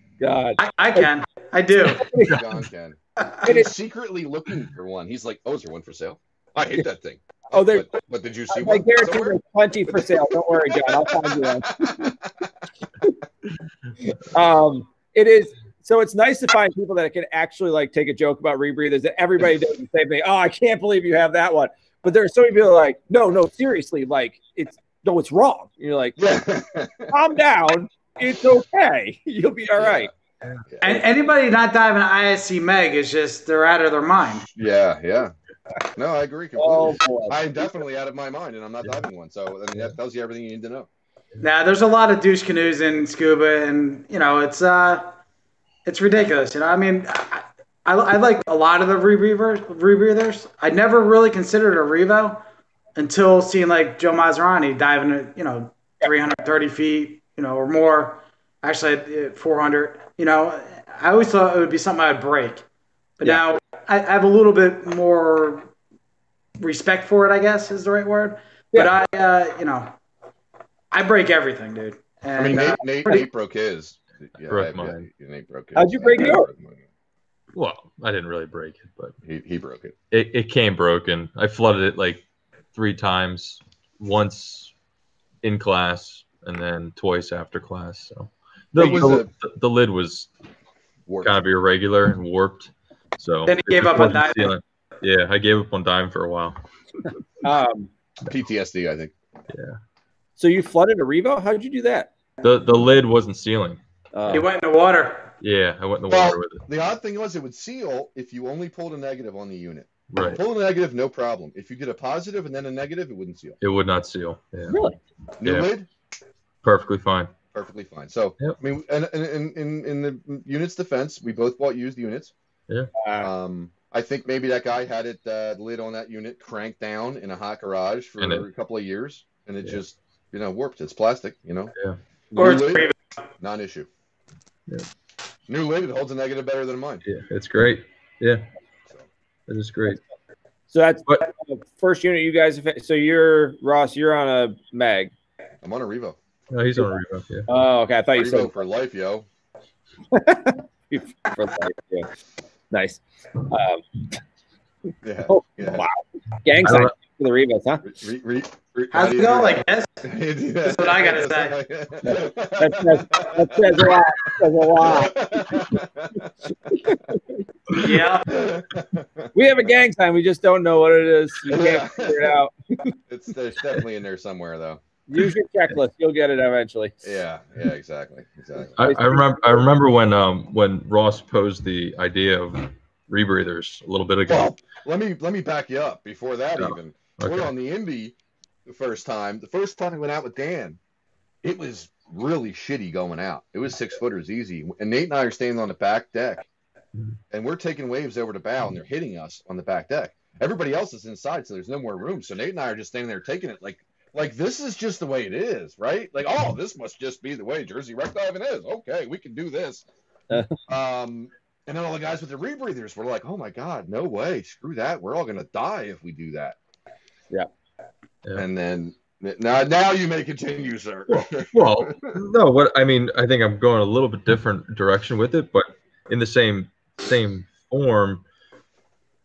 A: God,
C: I, I can. I do.
B: John can.
A: It
B: He's secretly looking for one. He's like, oh, is there one for sale? I hate that thing.
A: Oh, there-
B: But, but did you
A: I
B: see one?
A: guarantee
B: somewhere?
A: there's plenty for sale. Don't worry, John. I'll find you one. Um, it is so it's nice to find people that can actually like take a joke about rebreathers. That everybody does the same thing. Oh, I can't believe you have that one. But there are so many people that are like, no, no, seriously, like it's no, it's wrong. And you're like,
B: Yeah.
A: calm down. It's okay. You'll be all right.
C: And anybody not diving ISC Meg is just they're out of their mind.
B: Yeah, yeah. No, I agree completely.
A: Oh boy.
B: I'm definitely out of my mind, and I'm not diving one. So I mean, that tells you everything you need to know.
C: Now, there's a lot of douche canoes in scuba, and you know it's uh, it's ridiculous. You know, I mean, I, I, I like a lot of the rebreathers. rebreathers. I never really considered a Revo until seeing like Joe Maserani diving at, you know, 330 feet, you know, or more. Actually, at 400, you know, I always thought it would be something I'd break. But now I, I have a little bit more respect for it, I guess is the right word. But I, uh, you know, I break everything, dude.
B: I
C: And,
B: mean,
C: uh,
B: Nate, Nate, Nate broke his. Yeah,
D: Broke
B: yeah,
D: mine.
B: yeah, Nate broke
A: How'd
B: his.
A: you break
B: I
A: yours?
B: broke mine.
D: Well, I didn't really break it, but
B: He, he broke it.
D: it, it came broken. I flooded it like three times, once in class and then twice after class. So the,
B: It was
D: the, the lid was
B: Warped.
D: kind of irregular and warped. So
C: Then he gave up on diving.
D: Ceiling. Yeah, I gave up on diving for a while.
A: Um,
B: PTSD, I think.
A: so you flooded a Revo? How did you do that?
D: The the lid wasn't sealing.
A: Uh,
C: he went in the water.
D: Yeah, I went in the
B: Well-
D: water with it.
B: The odd thing was it would seal if you only pulled a negative on the unit.
D: Right.
B: Pull a negative, no problem. If you get a positive and then a negative, it wouldn't seal.
D: It would not seal. Yeah.
A: really?
B: New
D: Yeah.
B: lid,
D: Perfectly fine.
B: perfectly fine. So
D: Yep.
B: I mean, and, and, and, and in the unit's defense, we both bought used units.
A: Uh,
B: Um, I think maybe that guy had it uh, lid on that unit cranked down in a hot garage for
D: And it-
B: a couple of years, and it
D: Yeah.
B: just you know warped. It's plastic, you know.
D: Yeah.
C: Or
B: New
C: it's
B: lid,
C: Revo.
B: non-issue.
D: Yeah.
B: New lid, it holds a negative better than mine.
D: Yeah, it's great. Yeah,
B: So.
D: it is great.
A: so that's
D: But-
A: the first unit you guys. Have, so you're Ross. You're on a mag.
B: I'm on a Revo.
D: No, he's on a rebound. Yeah.
A: Oh, okay. I thought you
B: Revo
A: said
B: for life, yo.
A: for life. Yeah. Nice. Um,
B: Yeah.
A: Oh,
B: yeah.
A: wow. gang
D: I
A: sign
D: don't-
A: for the Revos, huh?
B: Re, re, re, re,
C: How's it going? Like this?
B: That's
C: what I gotta
A: That says, that says a lot. That says a lot.
C: Yeah.
A: We have a gang sign. We just don't know what it is. You can't figure it out.
B: it's there's definitely in there somewhere though.
A: Use your checklist. You'll get it eventually.
B: Yeah, yeah, exactly, exactly.
D: I, I remember. I remember when um when Ross posed the idea of rebreathers a little bit ago.
B: Well, let me let me back you up before that
D: Yeah.
B: even. We're
D: Okay.
B: on the Indy the first time. The first time we went out with Dan, it was really shitty going out. It was six footers easy. And Nate and I are standing on the back deck and we're taking waves over the bow and they're hitting us on the back deck. Everybody else is inside, so there's no more room. So Nate and I are just standing there taking it like like this is just the way it is, right? Like, oh, this must just be the way Jersey wreck diving is. Okay, we can do this. um and then all the guys with the rebreathers were like, "Oh my God, no way! Screw that! We're all gonna die if we do that."
A: Yeah.
D: Yeah.
B: And then now, now you may continue, sir.
D: Well, no. What I mean, I think I'm going a little bit different direction with it, but in the same same form.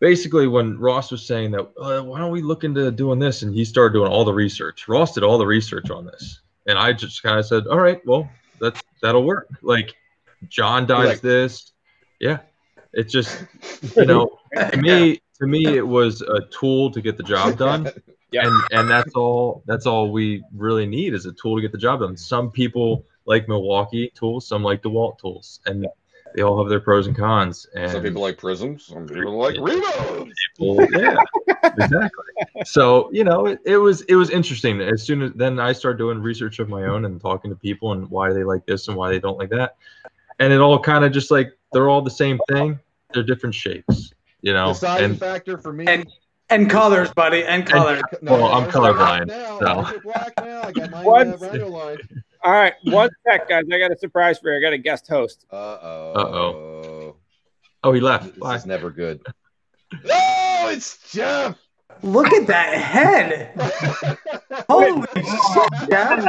D: Basically, when Ross was saying that, uh, why don't we look into doing this? And he started doing all the research. Ross did all the research on this, and I just kind of said, "All right, well, that's that'll work." Like John dies
B: like-
D: this, yeah. It's just you know, to me, to me, it was a tool to get the job done and and that's all that's all we really need is a tool to get the job done some people like milwaukee tools some like dewalt tools and they all have their pros and cons and
B: Some people like prisms. Some people like reloads.
D: people- yeah exactly so you know it, it was it was interesting as soon as then i started doing research of my own and talking to people and why they like this and why they don't like that and it all kind of just like they're all the same thing they're different shapes you know
B: Deciding
D: and
B: factor for me.
C: And- And colors, buddy. And colors.
D: Well, I'm
B: there's black
D: colorblind,
B: Now.
D: so.
B: There's black now. I got my
A: What?
B: uh, rhino line.
A: All right. One sec, guys. I got a surprise for you. I got a guest host.
B: Uh oh.
D: oh he
B: This
D: left Bye.
B: is never good. Oh, it's Jeff.
C: Look at that head. Holy shit, Jeff.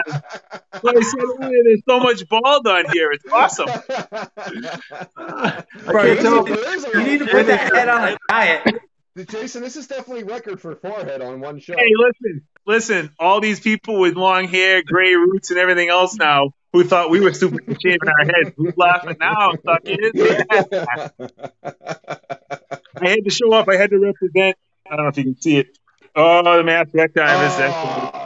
F: Like, so- there's so much bald on here. It's awesome.
D: i
C: Bro,
D: can't tell if-
B: There's a-
C: You need to put that head on a diet.
B: Jason, this is definitely record for forehead on one show.
F: Hey, listen, listen. All these people with long hair, gray roots, and everything else now who thought we were super shaving our heads. Who's laughing now, suckers? I had to show up. I had to represent. I don't know if you can see it. Oh, the math that time is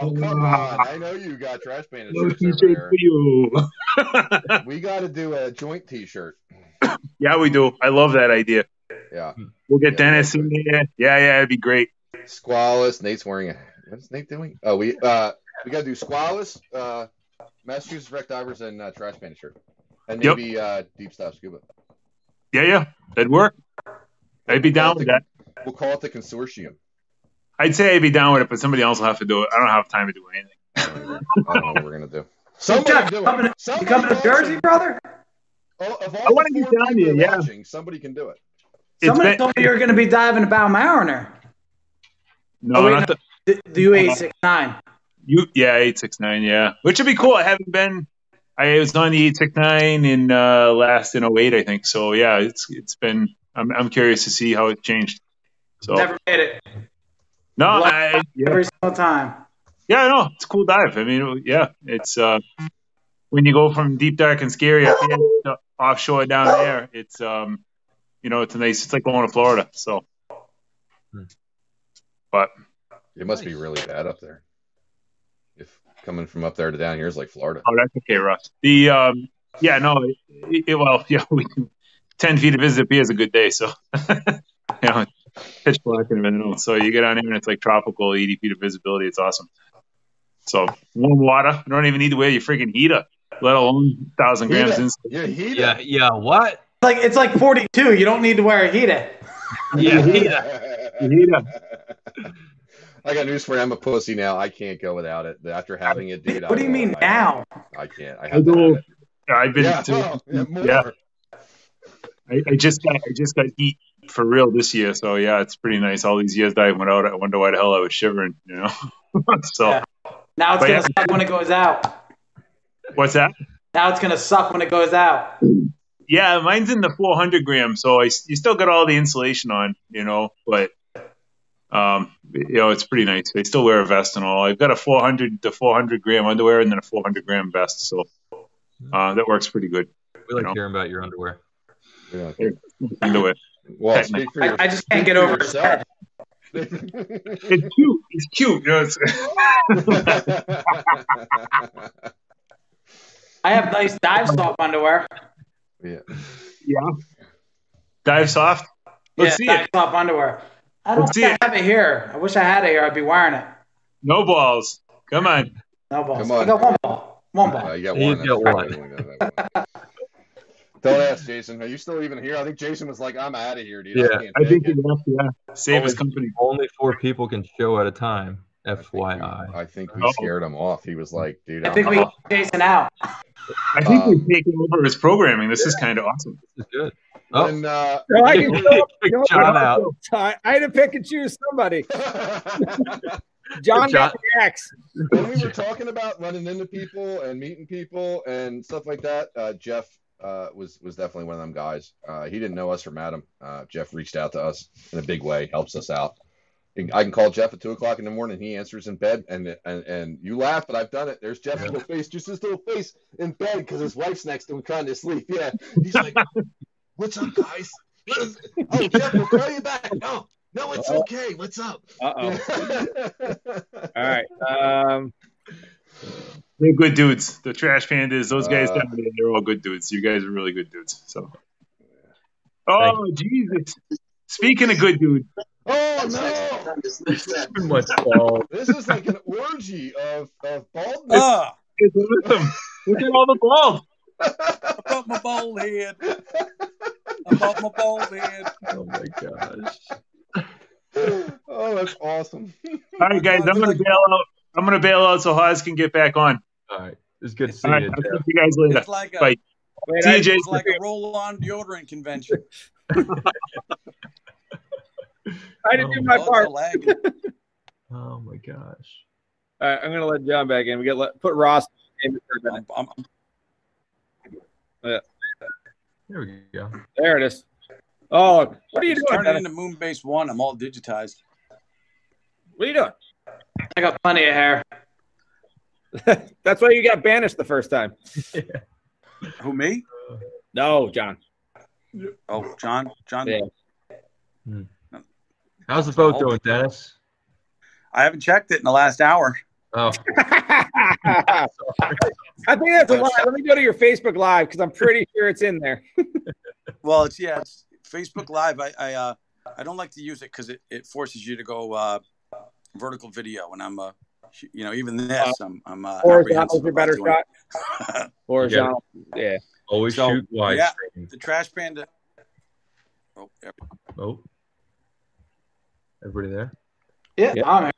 B: Oh, come on. I know you got trash bandit
F: No
B: shirts
F: t-shirt
B: over
F: for
B: there.
F: you.
B: We got to do a joint t-shirt.
F: yeah, we do. I love that idea.
B: Yeah.
F: We'll get
B: Yeah,
F: Dennis
B: that's
F: in there. Yeah, yeah, it'd be great.
B: Squalus. Nate's wearing a... What is Nate doing? Oh, we uh, we got to do Squalus, uh, Massachusetts Wreck Divers, and uh, trash bandit shirt. And
F: Yep.
B: maybe uh, Deep Stop Scuba.
F: Yeah, yeah, that'd work. I'd be down with that.
B: We'll call it the consortium.
F: I'd say I'd be down with it, but somebody else will have to do it. I don't have time to do anything.
B: I don't know what we're gonna do. Somebody
C: Jeff,
B: do
C: you
B: it.
C: coming,
B: Somebody
C: you coming to
B: does
C: Jersey,
B: it.
C: brother?
B: All- Of all
F: I wanna
B: the
F: be
B: four
F: down
B: people
F: there, yeah.
B: watching, somebody can do it.
F: It's
C: Somebody
F: been-
C: told me you were going to be diving about Mariner.
F: No,
C: Oh, wait,
F: not
C: no.
F: the
C: The, the U869.
F: you. Yeah, eight six nine. Yeah, which would be cool. I haven't been. I was on the eight six nine in uh, last in 08, I think. So yeah, it's it's been. I'm I'm curious to see how it changed. So
C: Never made it
F: no, I, yeah.
C: every single time.
F: Yeah, no, it's a cool dive. I mean, yeah, it's uh, when you go from deep, dark, and scary up here to offshore down there. It's um, you know, it's a nice. It's like going to Florida. So
B: It must be really bad up there. If coming from up there to down here is like Florida.
F: oh, that's okay, Russ. The um, yeah, no, it, it, well, yeah, we ten feet of visibility is a good day. So you know, it's pitch black in the middle. So you get on here and it's like tropical, eighty feet of visibility. It's awesome. So warm water. You don't even need to wear your freaking heater, let alone thousand grams.
B: Heater.
F: In-
B: Yeah, he did.
G: Yeah, yeah. What?
C: Like it's like 42. You don't need to wear a heater.
G: Yeah,
B: I got news for you. I'm a pussy now. I can't go without it. After having it, dude. I
C: What do you
B: won't.
C: mean
B: I-
C: now?
B: I can't. I
F: I
B: have to
F: do.
B: have it.
F: I've been
B: Yeah,
F: to-
B: well, yeah, more.
F: Yeah. I, I just got I just got heat for real this year, so yeah, it's pretty nice. All these years that I went out, I wonder why the hell I was shivering, you know. so
C: Yeah. Now it's
F: But
C: gonna
F: yeah.
C: suck when it goes out.
F: what's that?
C: Now it's gonna suck when it goes out.
F: Yeah, mine's in the 400 gram, so I, you still got all the insulation on, you know, but um, you know it's pretty nice. I still wear a vest and all. I've got a 400 to 400 gram underwear and then a 400 gram vest, so uh, that works pretty good.
D: We like
F: No.
D: hearing about your underwear.
B: Yeah.
F: Underwear.
B: Well, speak for
C: I,
B: your-
C: I just can't
B: speak
C: get
B: for
C: over his head.
B: yourself.
F: It's cute. It's cute. You know, it's,
C: I have nice dive stop underwear.
B: yeah.
F: yeah. Dive soft. Let's see
C: yeah,
F: it.
C: dive stop underwear. I don't
F: Let's see
C: think I have it here. I wish I had it here. I'd be wearing it.
F: No balls. Come on.
C: No balls.
B: Come on.
C: I got one ball. One
B: Uh,
C: ball.
B: you got
D: You
B: one.
D: got
B: That's
D: one.
B: fine. We got that one. Don't ask Jason. Are you still even here? I think Jason was like, "I'm out of here, dude."
D: Yeah,
B: I, can't
F: I
B: take
F: think
B: it.
F: he left. Yeah, save his company.
D: Only four people can show at a time.
B: I think we-
D: FYI.
B: I think we
F: Oh.
B: scared him off. He was like, "Dude,
C: I
B: I'm
C: think we
B: out."
C: got Jason out.
F: I think
B: Um,
F: we've taken over his programming. This is kind of awesome.
D: This is good.
B: And, uh,
A: No, I can show up. You
D: Pick
A: know what?
D: John out.
A: I, I had to pick and choose somebody.
B: uh,
D: John-
A: John, got the axe.
B: when we were talking about running into people and meeting people and stuff like that, uh, Jeff uh, was was definitely one of them guys. Uh, he didn't know us from Adam. Uh, Jeff reached out to us in a big way, helps us out. I can call Jeff at two o'clock in the morning. He answers in bed, and and, and you laugh, but I've done it. There's Jeff's little face, just his little face in bed because his wife's next to him trying to sleep. Yeah, he's like, "What's up, guys? Let us... Oh, Jeff, we'll call you back. No, no, it's
A: Uh-oh.
B: okay. What's up?"
A: Uh oh. All right. Um,
F: They're good dudes. The trash pandas. Those guys
B: Uh,
F: down there, they're all good dudes. You guys are really good dudes. So. Oh Jesus! Speaking of good dudes,
B: Oh no!
D: Too much balls.
B: This is like an orgy of, of baldness.
H: Ah,
F: it's with them. Look at all the bald.
H: I've got my bald head. I've got my bald head.
D: Oh my gosh.
B: oh, that's awesome.
F: All right, guys, I'm gonna bail out. I'm gonna bail out so Haas can get back on.
D: All right. It's good
F: All
D: seeing
F: right,
D: you,
F: I'll
D: Jeff.
F: see you guys later.
H: It's like a,
F: Bye.
A: wait,
F: See
A: I-
F: you, Jason.
H: it's like a roll-on deodorant convention.
A: I didn't do my
H: Lots of
A: part.
H: lagging.
D: Oh my gosh.
A: All right, I'm gonna let John back in. We got let, put Ross in.
H: I'm, I'm,
D: There we go.
A: There it is. Oh, what are you
H: it's
A: doing?
H: turning
A: Dennis?
H: into Moonbase One. I'm all digitized.
A: What are you doing?
C: I got plenty of hair.
A: That's why you got banished the first time.
H: Who me?
A: No, John.
H: Oh, John. John.
A: Yeah.
D: How's the boat doing, Dennis?
H: I haven't checked it in the last hour.
D: Oh,
A: I think that's a lie. Let me go to your Facebook Live because I'm pretty sure it's in there.
H: Well, it's yeah, it's Facebook Live. I I, uh, I don't like to use it because it, it forces you to go uh, vertical video, and I'm uh, you know even this I'm I'm uh,
A: Horizontal's your
H: apprehensive
A: better
H: about
A: shot.
H: doing it.
A: Horizontal.
D: always
H: So,
D: shoot wide.
H: yeah.
D: screen.
H: the trash panda. Oh, yeah.
D: Oh, Everybody there? Oh,
C: Yeah,
A: Yeah.
C: I'm-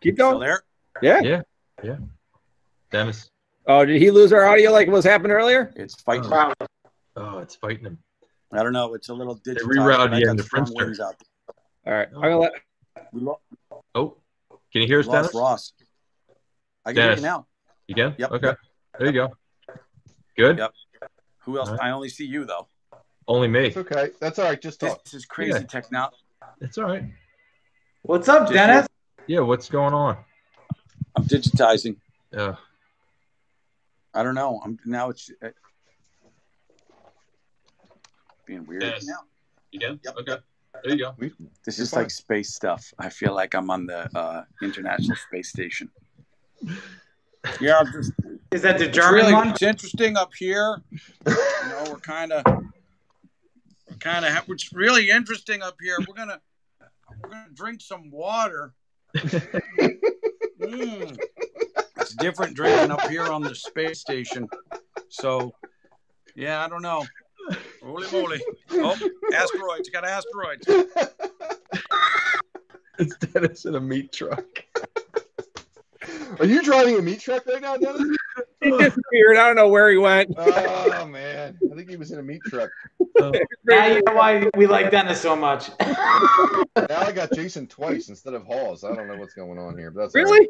A: Keep
H: Still
A: going.
H: there?
A: Yeah.
D: Demis.
A: Oh, did he lose our audio like what's happened earlier?
H: It's fighting.
C: probably.
D: Oh, it's fighting him.
H: I don't know. It's a little digitized.
D: rerouted
H: but I
D: you
H: got
D: into
H: strong
D: Friendster.
H: wings out
A: All right. I'm gonna let
H: there. We lo-
D: Oh, can you hear us,
H: lost
D: Dennis?
H: Ross. I can hear
D: Dennis.
H: you now.
D: You can?
H: Yep.
D: Okay. There you go. Good.
H: Yep. Who else?
D: All right.
H: I only see you though.
D: Only me.
B: It's okay. That's all right. Just
H: This,
B: talk.
H: this is crazy
D: Yeah.
H: technology.
D: It's all right.
C: What's up, Dennis?
D: Yeah. What's going on? Uh,
H: I'm digitizing.
D: Yeah.
H: I don't know. I'm now it's uh, being weird.
D: Yes.
H: now.
D: You can?
H: Yep.
D: Okay. There you go.
B: We,
H: This
B: You're
H: is
B: fine.
H: like space stuff. I feel like I'm on the uh, International Space Station. Yeah, I'm just,
C: Is that the
H: it's
C: German
H: really
C: one?
H: it's interesting up here. You know, we're kind of, kind of. Ha- it's really interesting up here. We're gonna, we're gonna drink some water. Mm. It's different drinking up here on the space station. So, yeah, I don't know. Holy moly! Oh, asteroids! Got asteroids.
D: It's Dennis in a meat truck.
B: Are you driving a meat truck right now, Dennis?
A: he disappeared. I don't know where he went.
B: Oh man, I think he was in a meat truck.
C: Now you know why we like Dennis so much.
B: Now I got Jason twice instead of Hawes. I don't know what's going on here, but that's all right.
A: Really?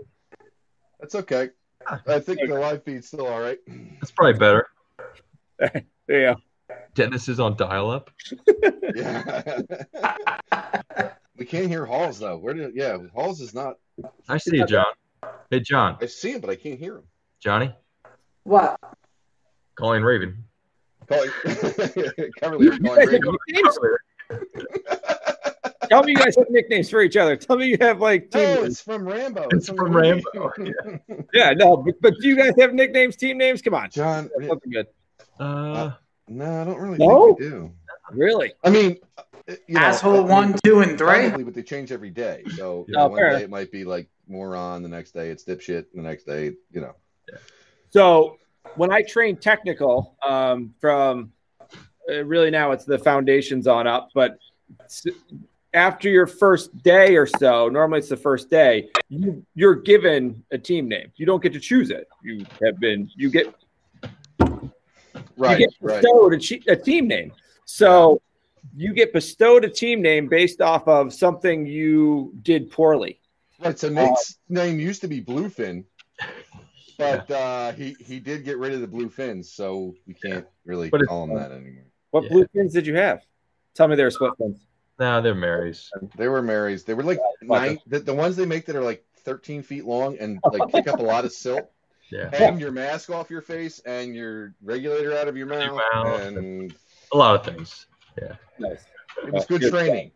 B: That's okay. I think the live feed's still all right.
D: That's probably better.
A: Yeah.
D: Dennis is on dial up.
B: Yeah. we can't hear Halls though. Where did? Yeah, Halls is not.
D: I see you, John. Hey, John.
B: I see him, but I can't hear him.
D: Johnny.
C: what?
D: Colleen Raven.
B: Call Coverly.
A: You
B: Call
A: guys have
B: Brady.
A: nicknames? Tell me you guys have nicknames for each other. Tell me you have like team
B: No,
A: names.
B: it's from Rambo.
D: It's from
B: the
D: Rambo,
B: movie.
A: Yeah, no, but, but do you guys have nicknames, team names? Come on.
B: John.
A: That's something good.
D: Uh,
B: No, I don't really
A: No?
B: think we do.
A: Really?
B: I mean, uh, you know, I
C: Asshole
B: mean,
C: one, two, and three.
B: Probably, but they change every day. So you
A: Oh,
B: know, one
A: fair.
B: day it might be like moron, the next day it's dipshit, and the next day, you know.
A: So when I train technical, um, from uh, really now it's the foundations on up, but s- after your first day or so, normally it's the first day, you, you're given a team name. You don't get to choose it. You have been, you get
B: Right,
A: you get
B: right.
A: bestowed a, che- a team name. So you get bestowed a team name based off of something you did poorly.
B: Right. So Nate's name used to be Bluefin, but uh, he he did get rid of the blue fins, so we can't really
D: But it's-
B: call him that anymore.
A: What
D: Yeah.
A: blue fins did you have? Tell me there's what fins.
D: nah, they're Mary's.
B: They were Marys. They were like nine. The, the ones they make that are like 13 feet long and like pick up a lot of silt.
D: Yeah.
B: And your mask off your face, and your regulator out of your mouth,
D: mouth.
B: and
D: A lot of things.
A: Nice.
B: it was good
A: Good.
B: training.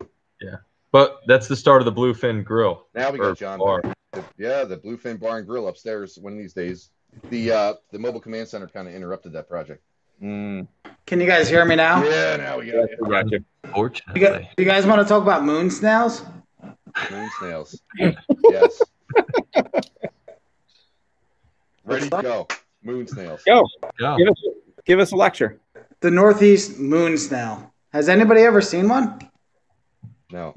D: But that's the start of the Bluefin Grill.
B: Now we
D: Or
B: got John.
D: bar.
B: The- yeah, the Bluefin Bar and Grill upstairs. One of these days, the uh, the mobile command center kind of interrupted that project.
C: Can you guys hear me now?
B: Yeah, now we got it.
A: Gotcha.
C: You guys,
D: Fortunately.
C: you guys want to talk about moon snails?
B: Moon snails. yes. Ready to go. Moon snails.
A: Go.
D: Yeah.
A: Give us, give us a lecture.
C: The Northeast moon snail. Has anybody ever seen one?
B: No,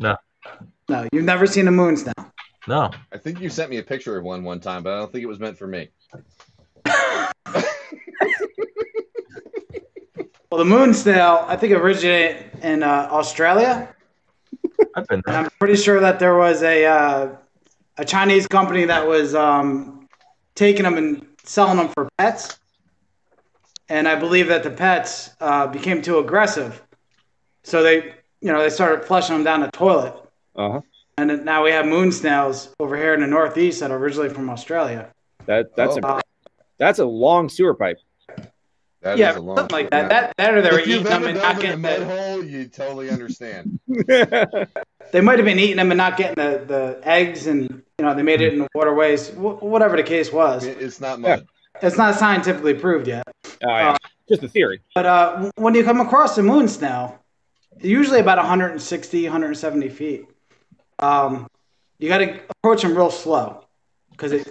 C: No, you've never seen a moon snail.
D: No.
B: I think you sent me a picture of one one time, but I don't think it was meant for me.
C: Well, the moon snail, I think, originated in uh, Australia.
D: I've been
C: And
D: there.
C: I'm pretty sure that there was a uh, a Chinese company that was um, taking them and selling them for pets. And I believe that the pets uh, became too aggressive, so they you know they started flushing them down the toilet.
A: Uh-huh.
C: And then now we have moon snails over here in the Northeast that are originally from Australia.
A: That that's
C: Oh.
A: a that's a long sewer pipe.
B: That is a
C: yeah,
B: long
C: something like that. That that or they were
B: if
C: eating
B: you've
C: them
B: ever
C: and not
B: dove in a
C: getting
B: mud
C: the,
B: hole, you totally understand.
A: Oh,
C: they might have been eating them and not getting the, the eggs and you know they made it in the waterways wh- whatever the case was
B: It- it's not mud.
C: it's not scientifically proved yet
A: Oh, yeah. Just a theory.
C: but uh, w- when you come across the moon snail usually about 160 170 feet um, you got to approach them real slow because they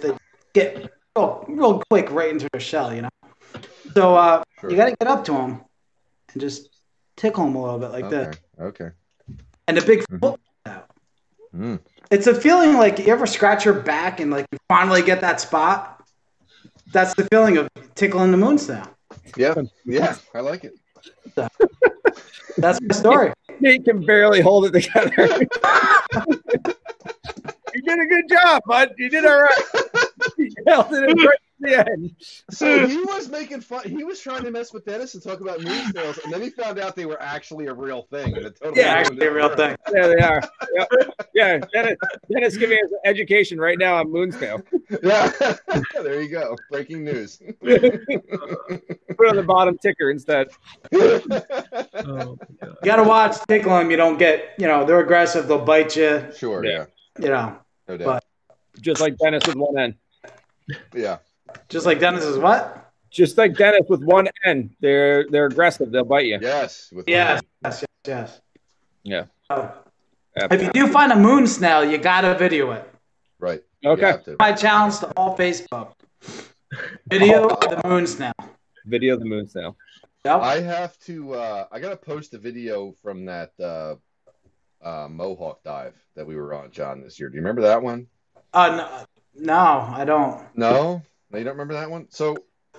C: get real, real quick right into their shell you know so uh,
B: Sure.
C: you got to get up to them and just tickle them a little bit like
B: okay.
C: this
B: Okay.
C: and the big
B: Mhm.
C: foot out.
B: Mm.
C: It's a feeling like you ever scratch your back and like you finally get that spot. That's the feeling of tickling the moon now.
B: Yeah, yeah, I like it.
C: That's my story.
A: Nate can barely hold it together. you did a good job, bud. You did all right. You held it in right to the end.
C: Hmm.
B: So he was making fun. He was trying to mess with Dennis and talk about moon snails, and then he found out they were actually a real thing. And it totally
A: Yeah,
C: Actually, a real thing.
A: There they are. Yep. Yeah, Dennis, Dennis giving us education right now on Moonscale.
B: Yeah, there you go. Breaking news.
A: Put it on the bottom ticker instead.
D: Oh, my God.
C: You gotta watch tickle them. You don't get. You know they're aggressive. They'll bite you.
B: sure.
A: Yeah.
B: Yeah.
C: You know,
B: No doubt.
A: Just like Dennis with one end.
B: yeah.
C: just like Dennis is what?
A: Just like Dennis with one end. They're they're aggressive. They'll bite you.
B: Yes. With
C: Yes, yes, yes, yes.
A: Yeah.
C: Oh. If
A: Absolutely.
C: you do find a moon snail, you gotta video it.
B: Right. You
A: Okay.
B: have to.
C: My challenge to all Facebook: video of the moon snail.
A: Video of the moon snail.
C: Yep.
B: I have to. Uh, I gotta post a video from that uh, uh, Mohawk dive that we were on, John, this year. Do you remember that one?
C: Uh, no, no, I don't.
B: No. No, you don't remember that one. So,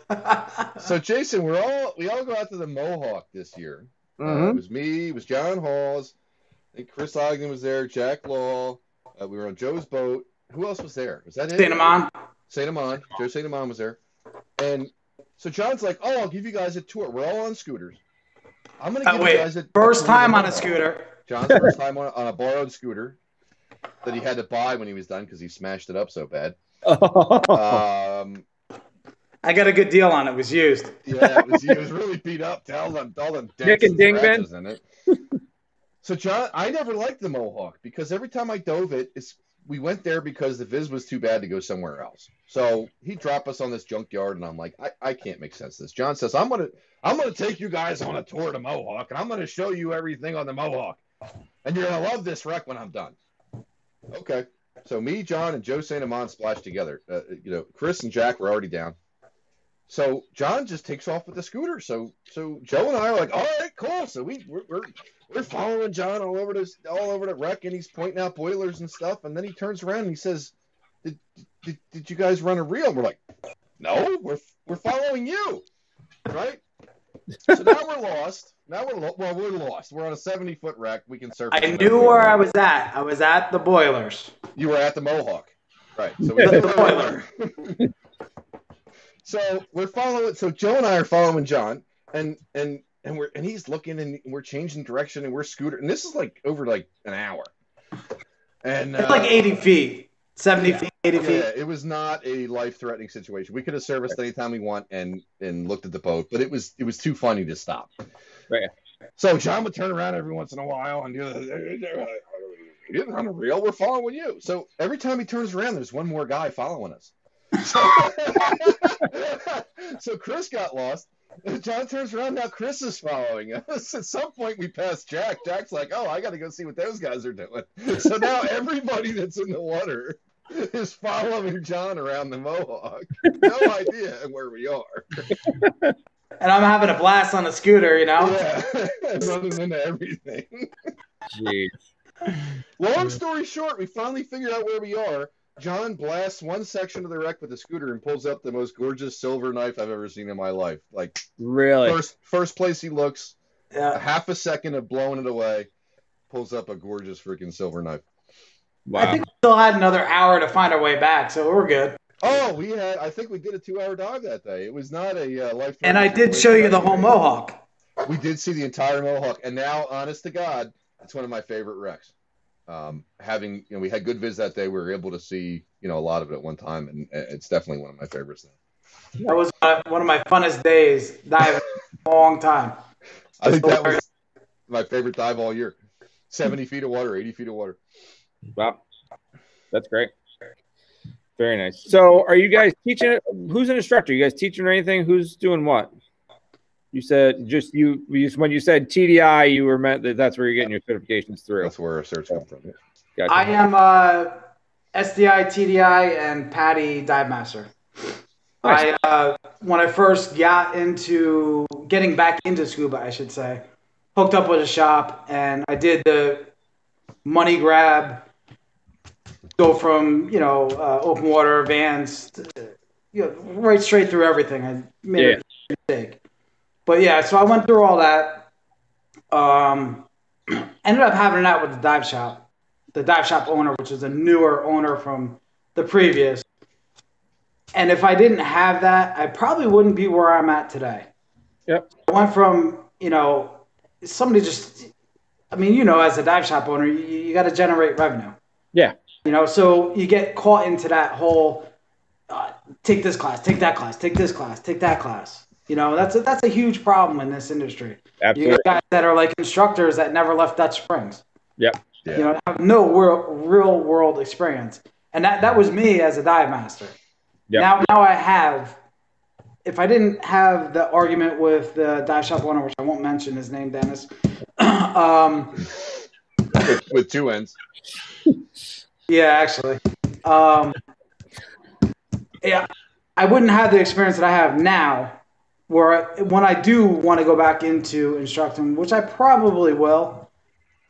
C: Uh-uh.
B: so Jason, we're all we all go out to the Mohawk this year.
A: Mm-hmm.
B: Uh, it was me. It was John Hawes. I think Chris Ogden was there. Jack Law. Uh, we were on Joe's boat. Who else was there? Was that it?
C: Stand 'em on.
B: Saint Amon, Joe Saint Amon was there, and so John's like, "Oh, I'll give you guys a tour. We're all on scooters. I'm gonna
C: Oh,
B: give
C: wait.
B: you guys a
C: First
B: tour of the
C: time on a
B: Mohawk."
C: scooter.
B: John's first time on, on a borrowed scooter that he had to buy when he was done because he smashed it up so bad.
A: Oh,
B: Um,
C: I got a good deal on it. it was used.
B: yeah, it was, it was really beat up. All them, all them dents
A: Nick and Dingman.
B: scratches in it. So John, I never liked the Mohawk because every time I dove it, it's we went there because the viz was too bad to go somewhere else. So he dropped us on this junkyard, and I'm like, I, I can't make sense of this. John says, I'm gonna I'm gonna take you guys on a tour to Mohawk, and I'm gonna show you everything on the Mohawk, and you're gonna love this wreck when I'm done. Okay. So me, John, and Joe Saint Amon splashed together. Uh, you know, Chris and Jack were already down. So John just takes off with the scooter. So so Joe and I are like, all right, cool. So we we're we're, we're following John all over this all over the wreck, and he's pointing out boilers and stuff. And then he turns around and he says, "Did did, did you guys run a reel?" We're like, "No, we're we're following you, right?" so now we're lost. Now we're lo- well, we're lost. We're on a seventy foot wreck. We can surf.
C: I knew where I was at. I was at the boilers.
B: You were at the Mohawk, right? So we
C: The
B: knew where we were.
C: boiler.
B: so we're following so joe and i are following john and and and we're and he's looking and we're changing direction and we're scooter and this is like over like an hour and
C: It's like 80 feet, 70 feet, 80 feet.
B: yeah, it was not a life-threatening situation. We could have serviced anytime we want and and looked at the boat, but it was it was too funny to stop.
A: Right.
B: So John would turn around every once in a while and do the he didn't run a reel. We're following you. So every time he turns around, there's one more guy following us. So, so Chris got lost. John turns around now. Chris is following us. At some point, we pass Jack. Jack's like, "Oh, I got to go see what those guys are doing." So now everybody that's in the water is following John around the Mohawk. No idea where we are.
C: And I'm having a blast on a scooter, you know?
B: Yeah. Running into everything.
A: Jeez.
B: Long story short, we finally figure out where we are. John blasts one section of the wreck with a scooter and pulls up the most gorgeous silver knife I've ever seen in my life. Like
A: Really?
B: first first place he looks, a
C: Yeah.
B: half a second of blowing it away, pulls up a gorgeous freaking silver knife.
C: I
A: Wow.
C: think we still had another hour to find our way back, so we're good.
B: Oh, we had I think we did a two hour dive that day. It was not a uh, life.
C: And I did show you the whole Mohawk.
B: We did see the entire Mohawk, and now, honest to God, it's one of my favorite wrecks. Um, having you know, we had good viz that day. We were able to see you know a lot of it at one time, and uh, it's definitely one of my favorites. Now.
C: That was uh, one of my funnest days diving in a long time.
B: I think that was my favorite dive all year. Seventy feet of water, eighty feet of water.
A: Wow. That's great. Very nice. So, are you guys teaching? Who's an instructor? You guys teaching or anything? Who's doing what? You said just you, you when you said TDI, you were meant that that's where you're getting your certifications through.
B: That's where our search come from.
A: Gotcha.
C: I am uh, SDI, TDI, and Patty Dive Master.
A: Nice.
C: I uh, when I first got into getting back into scuba, I should say, hooked up with a shop, and I did the money grab go from you know uh, open water vans, to, you know, right straight through everything. I made a mistake, but yeah. So I went through all that. Um, ended up having it out with the dive shop, the dive shop owner, which is a newer owner from the previous. And if I didn't have that, I probably wouldn't be where I'm at today.
A: Yep.
C: I went from you know somebody just I mean, you know, as a dive shop owner, you, you got to generate revenue.
A: Yeah.
C: You know, so you get caught into that whole uh, take this class, take that class, take this class, take that class. You know, that's a, that's a huge problem in this industry. You
A: Absolutely.
C: got guys that are like instructors that never left Dutch Springs.
A: Yep.
B: Yeah.
C: You know, have no real, real world experience, and that that was me as a dive master.
A: Yep.
C: Now, now I have. If I didn't have the argument with the dive shop owner, which I won't mention his name, Dennis, um,
B: with, with two ends.
C: Yeah, actually. Um, yeah, I wouldn't have the experience that I have now, where I, when I do want to go back into instructing, which I probably will,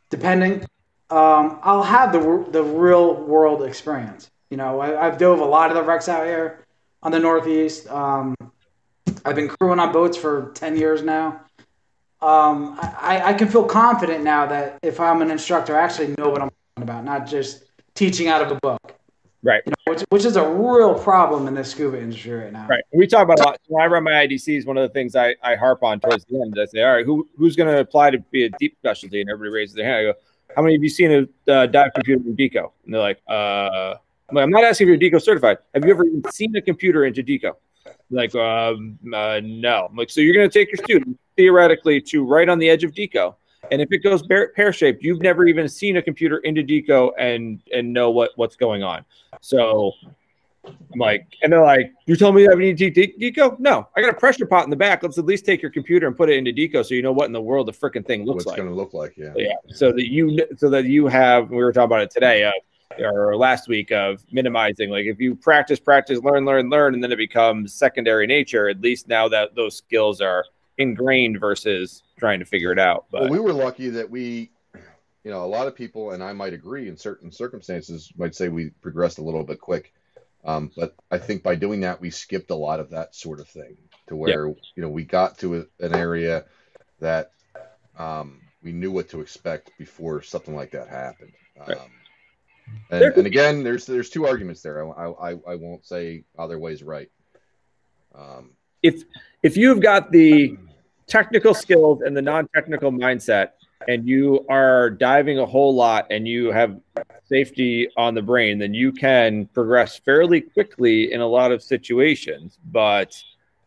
C: depending, um, I'll have the wor- the real world experience. You know, I, I've dove a lot of the wrecks out here on the Northeast. Um, I've been crewing on boats for ten years now. Um, I, I can feel confident now that if I'm an instructor, I actually know what I'm talking about, not just teaching out of a book,
A: Right.
C: which, which is a real problem in the scuba industry right now.
A: Right. We talk about a lot. When I run my IDCs, one of the things I, I harp on towards the end, I say, all right, who, who's going to apply to be a deep specialty? And everybody raises their hand. I go, how many of you seen a uh, dive computer in Deco? And they're like, uh, I'm, like, I'm not asking if you're Deco certified. Have you ever even seen a computer into Deco? Like, um, uh, no. I'm like, so you're going to take your student theoretically to right on the edge of Deco. And if it goes pear shaped, you've never even seen a computer into Deco and and know what what's going on. So I'm like, and they're like, you're telling me that we need to de- deco? No, I got a pressure pot in the back. Let's at least take your computer and put it into deco, so you know what in the world the freaking thing looks
B: What's
A: like.
B: going to look like? Yeah.
A: Yeah, so that you kn- so that you have. We were talking about it today uh, or last week of minimizing. Like if you practice, practice, learn, learn, learn, and then it becomes secondary nature. At least now that those skills are ingrained versus trying to figure it out. But
B: Well, we were lucky that we, you know, a lot of people, and I might agree in certain circumstances, might say we progressed a little bit quick. Um, but I think by doing that, we skipped a lot of that sort of thing to where, you know, we got to a, an area that um, we knew what to expect before something like that happened. Um,
A: Right.
B: and,
A: There-
B: and again, there's there's two arguments there. I, I, I- I won't say either way's right. Um,
A: if if you've got the technical skills and the non-technical mindset and you are diving a whole lot and you have safety on the brain then you can progress fairly quickly in a lot of situations but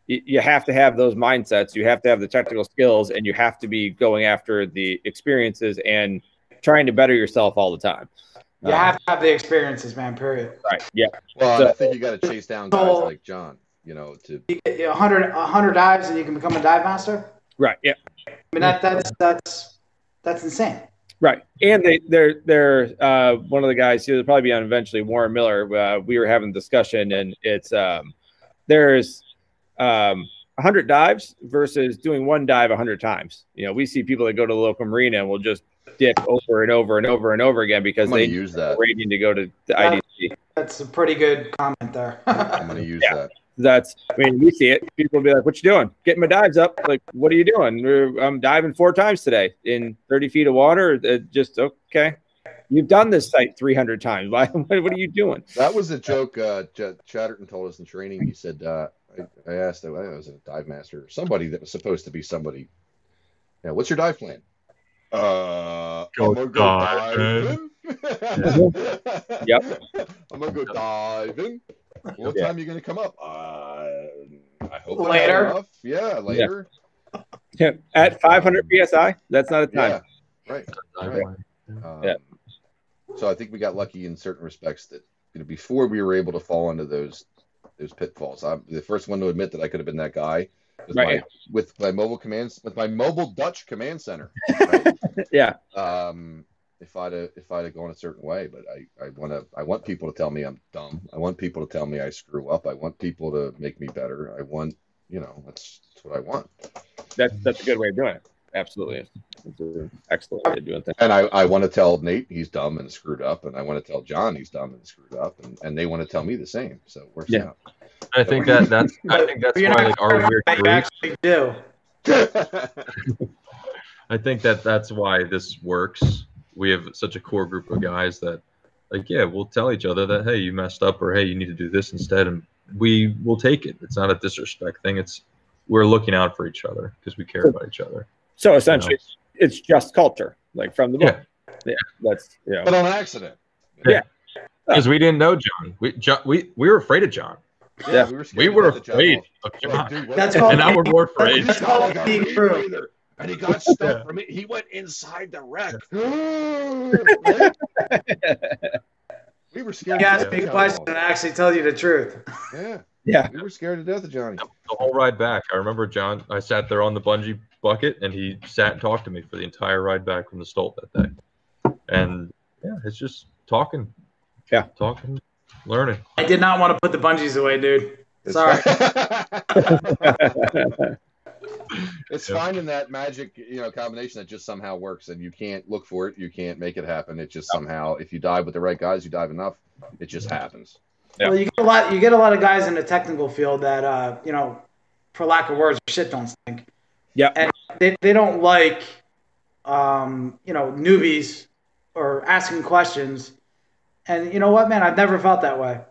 A: y- you have to have those mindsets you have to have the technical skills and you have to be going after the experiences and trying to better yourself all the time
C: You
D: Uh-huh.
C: have to have the experiences, man. Period.
A: right yeah
B: well,
A: So-
B: I think you got to chase down guys
C: So-
B: like John, you know, to
C: You get 100, 100 dives and you can become a dive master.
A: right yeah
C: I mean, that, that's that's that's insane.
A: Right, and they they're they're uh, one of the guys who will probably be on eventually. Warren Miller. Uh, we were having a discussion, and it's um, there's um, 100 dives versus doing one dive 100 times. You know, we see people that go to the local marina and will just dip over and over and over and over again
B: I'm
A: because
B: going
A: they
B: to use that.
A: are waiting to go to the IDC.
C: That's a pretty good comment there.
B: I'm going to use
A: Yeah.
B: that.
A: That's I mean, we see it. People will be like, "What you doing? Getting my dives up? Like, what are you doing? We're- I'm diving four times today in 30 feet of water. Uh, just okay." You've done this site 300 times. Why? What, what are you doing?
B: That was a joke uh, Ch- Chatterton told us in training. He said, uh, I, I asked, I think it was a dive master, or somebody that was supposed to be somebody. Now, what's your dive plan? Uh,
D: Go
B: I'm gonna
D: diving.
B: go diving.
A: Yep.
B: I'm gonna go diving. What
A: Yeah.
B: time you gonna come up? Uh, I hope I'm
C: Later.
B: enough. Yeah, later.
A: Yeah, At 500 psi, that's not a
B: Yeah,
A: time.
B: right.
D: Right.
B: Um,
A: Yeah.
B: So I think we got lucky in certain respects that you know, before we were able to fall into those those pitfalls. I'm the first one to admit that I could have been that guy with,
A: Right.
B: my, with my mobile commands with my mobile Dutch command center. right?
A: Yeah.
B: um, if I'd have, if I'd have gone a certain way, but I I want to I want people to tell me I'm dumb. I want people to tell me I screw up. I want people to make me better. I want you know that's, that's what I want.
A: That's that's a good way of doing it. absolutely. It's an excellent way of doing things.
B: And I, I want to tell Nate he's dumb and screwed up, and I want to tell John he's dumb and screwed up, and, and they want to tell me the same. So we're
A: Yeah.
B: out.
D: I think that that's I think that's
C: But you're
D: why
C: not
D: like our
C: sure
D: weird
C: what they
D: groups.
C: actually do.
D: I think that that's why this works. We have such a core group of guys that, like, yeah, we'll tell each other that, hey, you messed up, or hey, you need to do this instead, and we will take it. It's not a disrespect thing. It's we're looking out for each other because we care about each other.
A: So
D: you know?
A: essentially, it's just culture, like from the
D: Yeah.
A: book. Yeah, that's you know,
B: but on accident.
D: Because we didn't know John. We John, we we were afraid of John.
A: Yeah.
B: we were, scared
D: We
B: to
D: were
B: let the job
D: afraid
B: off.
D: of
B: We're like,
D: John,
B: dude, what
C: That's
B: the
C: called-
D: and now we're more afraid.
B: This
C: That's
B: guy
C: called
B: got
C: being
B: beat
C: true.
B: either, And he got stuff from it. He went inside the wreck. we were scared.
C: You
B: to
C: ask
B: death
C: me
B: of
C: a
B: Johnny
C: question and
B: Walker.
C: I actually tell you the truth.
B: Yeah.
A: Yeah.
B: We were scared to death of Johnny.
D: The the whole ride back, I remember John. I sat there on the bungee bucket, and he sat and talked to me for the entire ride back from the Stolt that day. And yeah, it's just talking.
A: Yeah.
D: talking, learning.
C: I did not want to put the bungees away, dude.
B: It's
C: Sorry.
B: fi- it's
D: Yeah.
B: finding that magic, you know, combination that just somehow works, and you can't look for it. You can't make it happen. It just somehow, if you dive with the right guys, you dive enough, it just happens.
A: Yeah.
C: Well, you get a lot. You get a lot of guys in the technical field that, uh, you know, for lack of words, shit don't stink.
A: Yeah.
C: And they, they don't like, um, you know, newbies or asking questions. And you know what, man? I've never felt that way.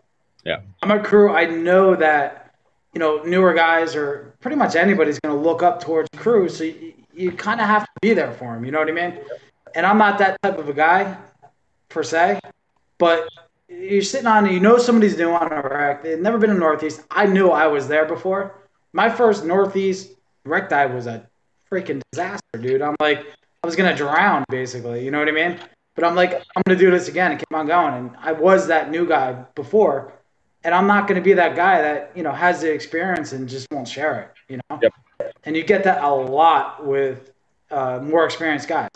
A: Yeah.
C: I'm a crew. I know that, you know, newer guys or pretty much anybody's going to look up towards crew. So you, you kind of have to be there for them. You know what I mean? And I'm not that type of a guy, per se. But you're sitting on you know somebody's new on a wreck. They've never been in Northeast. I knew I was there before. My first Northeast wreck dive was a freaking disaster, dude. I'm like, I was gonna drown basically. You know what I mean? But I'm like, I'm gonna do this again and keep on going. And I was that new guy before, and I'm not gonna be that guy that you know has the experience and just won't share it. You know?
A: Yep.
C: And you get that a lot with uh, more experienced guys.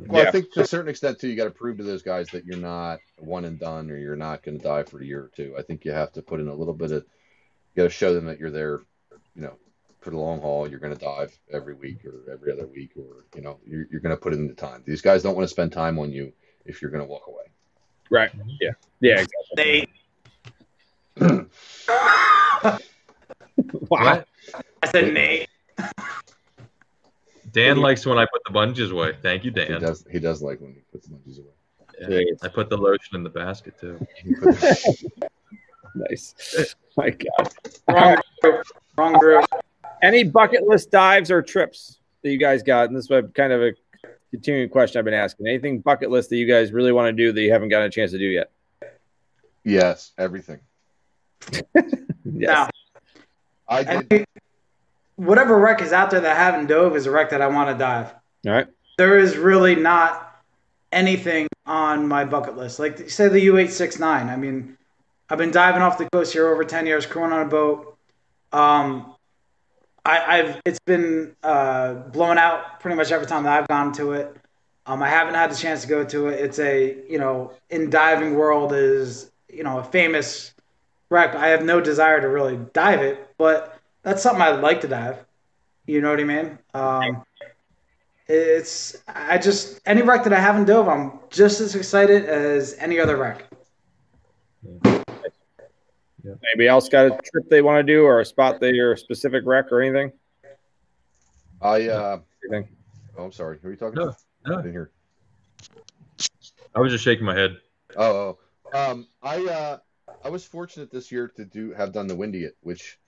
B: Well,
A: Yeah.
B: I think to a certain extent too, you got to prove to those guys that you're not one and done, or you're not going to die for a year or two. I think you have to put in a little bit of, you got to show them that you're there, you know, for the long haul. You're going to dive every week or every other week, or you know, you're, you're going to put in the time. These guys don't want to spend time on you if you're going to walk away.
A: right. Yeah, yeah. Exactly.
C: They.
A: Wow.
C: I said Nate.
D: Dan likes when I put the bungees away. Thank you,
B: He
D: Dan.
B: does. He does like when he puts the monkeys away.
D: I put the lotion in the basket too.
B: He put the-
A: Nice. My God.
C: Wrong group. Wrong group.
A: Any bucket list dives or trips that you guys got? And this is what kind of a continuing question I've been asking. Anything bucket list that you guys really want to do that you haven't gotten a chance to do yet?
B: yes, everything.
A: Yes.
B: I
C: Now, I
B: did.
C: think whatever wreck is out there that I haven't dove is a wreck that I want to dive.
A: All right.
C: There is really not anything on my bucket list. Like say the U eight six nine. I mean, I've been diving off the coast here over ten years, crewing on a boat. Um, I, I've it's been uh, blown out pretty much every time that I've gone to it. Um, I haven't had the chance to go to it. It's a you know in diving world is you know a famous wreck. I have no desire to really dive it, but that's something I'd like to dive. You know what I mean? Um, it's I just any wreck that I haven't dove, I'm just as excited as any other wreck.
A: Anybody else got a trip they want to do or a spot they or a specific wreck or anything?
B: I. Uh,
A: Anything?
B: oh, I'm sorry. Who are you talking
D: No,
B: about?
D: no.
B: I didn't hear.
D: I was just shaking my head.
B: Oh, oh. um, I uh, I was fortunate this year to do have done the Windy It, which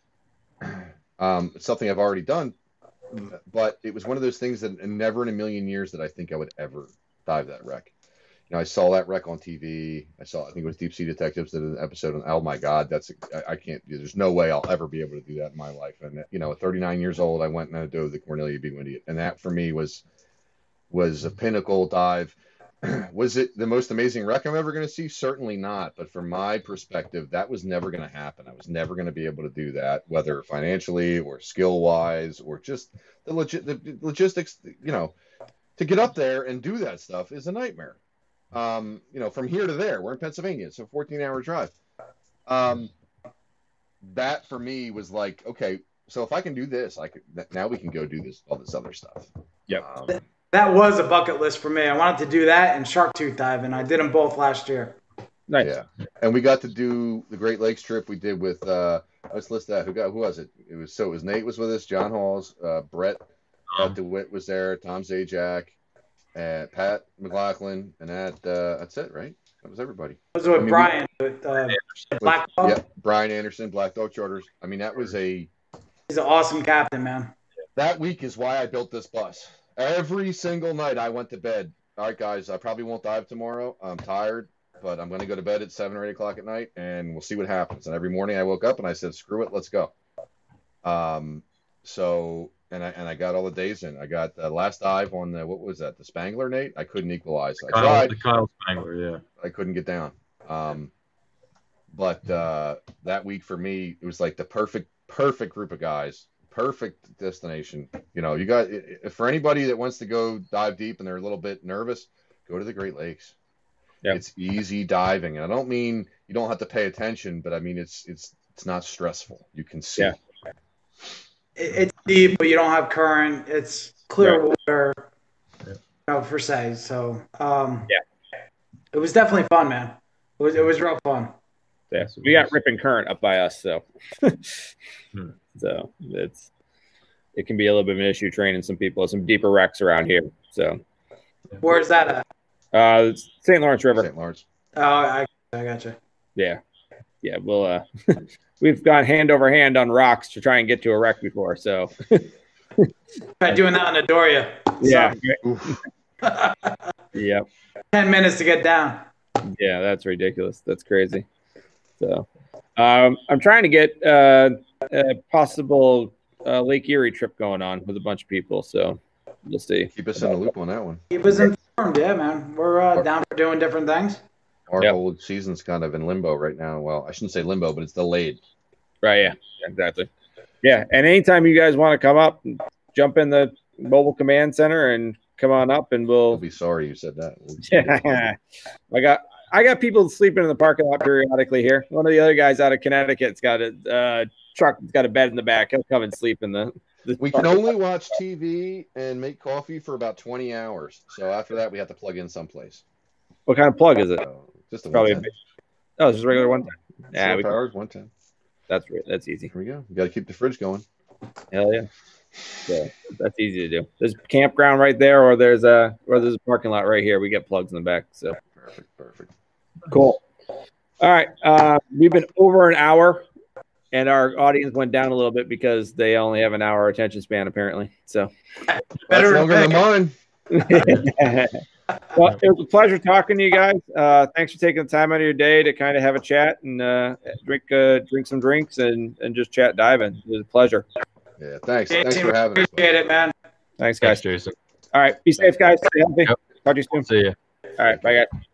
B: um, it's something I've already done, but it was one of those things that never in a million years that I think I would ever dive that wreck. You know, I saw that wreck on TV. I saw, I think it was Deep Sea Detectives did an episode on. Oh my God, that's I, I can't. There's no way I'll ever be able to do that in my life. And you know, at 39 years old, I went and I dove the Cornelia B. Windy, and that for me was was a pinnacle dive. was it the most amazing wreck I'm ever going to see? Certainly not. But from my perspective, that was never going to happen. I was never going to be able to do that, whether financially or skill wise or just the, logi- the logistics, you know, to get up there and do that stuff is a nightmare. Um, you know, from here to there, we're in Pennsylvania. It's a 14 hour drive. Um, that for me was like, okay, so if I can do this, I could th- now we can go do this all this other stuff.
A: Yep.
B: Um,
C: That was a bucket list for me. I wanted to do that and shark tooth dive, and I did them both last year.
A: Nice.
B: yeah. And we got to do the Great Lakes trip we did with uh let's list that who got who was it? It was so it was Nate was with us, John Halls, uh Brett
C: Uh-huh.
B: uh,
D: Um,
B: DeWitt was there, Tom Zajac, uh, Pat McLaughlin, and that uh, that's it, right? That was everybody.
C: Those
B: I
C: were
B: mean,
C: with
B: we-
C: Brian. with, uh, Black Dog.
B: Yeah, Brian Anderson, Black Dog Charters. I mean, that was a
C: He's an awesome captain, man.
B: that week is why I built this bus. Every single night I went to bed. All right, guys, I probably won't dive tomorrow. I'm tired, but I'm going to go to bed at seven or eight o'clock at night, and we'll see what happens. And every morning I woke up and I said, "Screw it, let's go." Um, so and I and I got all the days in. I got the last dive on the what was that? The Spangler, Nate. I couldn't equalize. I
D: Kyle,
B: tried.
D: the Kyle Spangler, yeah.
B: I couldn't get down. Um, but uh, that week for me, it was like the perfect, perfect group of guys, perfect destination. You know, you got i- i- for anybody that wants to go dive deep and they're a little bit nervous, go to the Great Lakes.
A: Yeah.
B: It's easy diving, and I don't mean you don't have to pay attention, but I mean it's it's it's not stressful. You can see.
A: Yeah.
C: It, it's deep, but you don't have current. It's clear water,
D: Yeah.
C: you know, per se. So, um,
A: Yeah.
C: it was definitely fun, man. It was, it was real fun.
A: Yeah, so we got ripping current up by us, so
D: Hmm.
A: so it's it can be a little bit of an issue training some people, some deeper wrecks around here. So
C: Where's that at?
A: uh St. Lawrence River.
B: St. Lawrence.
C: Oh, I, I gotcha.
A: Yeah. Yeah, we'll uh we've gone hand over hand on rocks to try and get to a wreck before. So
C: Tried doing that on Adoria.
A: yeah.
B: Oof.
A: Yeah.
C: Ten minutes to get down.
A: Yeah, that's ridiculous. That's crazy. So um I'm trying to get uh a possible uh, Lake Erie trip going on with a bunch of people. So we'll see.
B: Keep us in the loop on that one.
C: Keep us informed, yeah, man. We're uh, down for doing different things.
B: Our
A: Yeah.
B: whole season's kind of in limbo right now. Well, I shouldn't say limbo, but it's delayed.
A: Right. Yeah. Exactly. Yeah. And anytime you guys want to come up, jump in the mobile command center and come on up, and
B: I'll
A: we'll.
B: be sorry you said that.
A: I
B: We'll-
A: got I got people sleeping in the parking lot periodically here. One of the other guys out of Connecticut's got a uh, truck. It's got a bed in the back. He'll come and sleep in the. the
B: We can only watch TV and make coffee for about 20 hours. So after that, we have to plug in someplace.
A: What kind of plug is it?
B: So just the
A: Probably a
B: one
A: big. Oh, it's just a regular one. Yeah,
B: Yeah,
A: we-
B: hours, 110.
A: That's re- that's easy.
B: Here we go. You got to keep the fridge going.
A: Hell yeah. Yeah, that's easy to do. There's a campground right there, or there's a or there's a parking lot right here. We get plugs in the back, so.
B: Perfect, perfect.
A: Cool. All right. Uh, we've been over an hour, and our audience went down a little bit because they only have an hour attention span, apparently. So,
B: That's
C: Better
B: longer than mine.
A: well, it was a pleasure talking to you guys. Uh, thanks for taking the time out of your day to kind of have a chat and uh, drink uh, drink some drinks and, and just chat diving. It was a pleasure.
B: Yeah, thanks.
C: Jason,
B: Thanks for having us.
C: Appreciate it, man.
A: Thanks,
D: Thanks,
A: guys.
D: Jason.
A: All right. Be safe, guys. Stay healthy.
D: Yep.
A: Talk to you soon.
D: See ya.
A: All right. Bye, guys.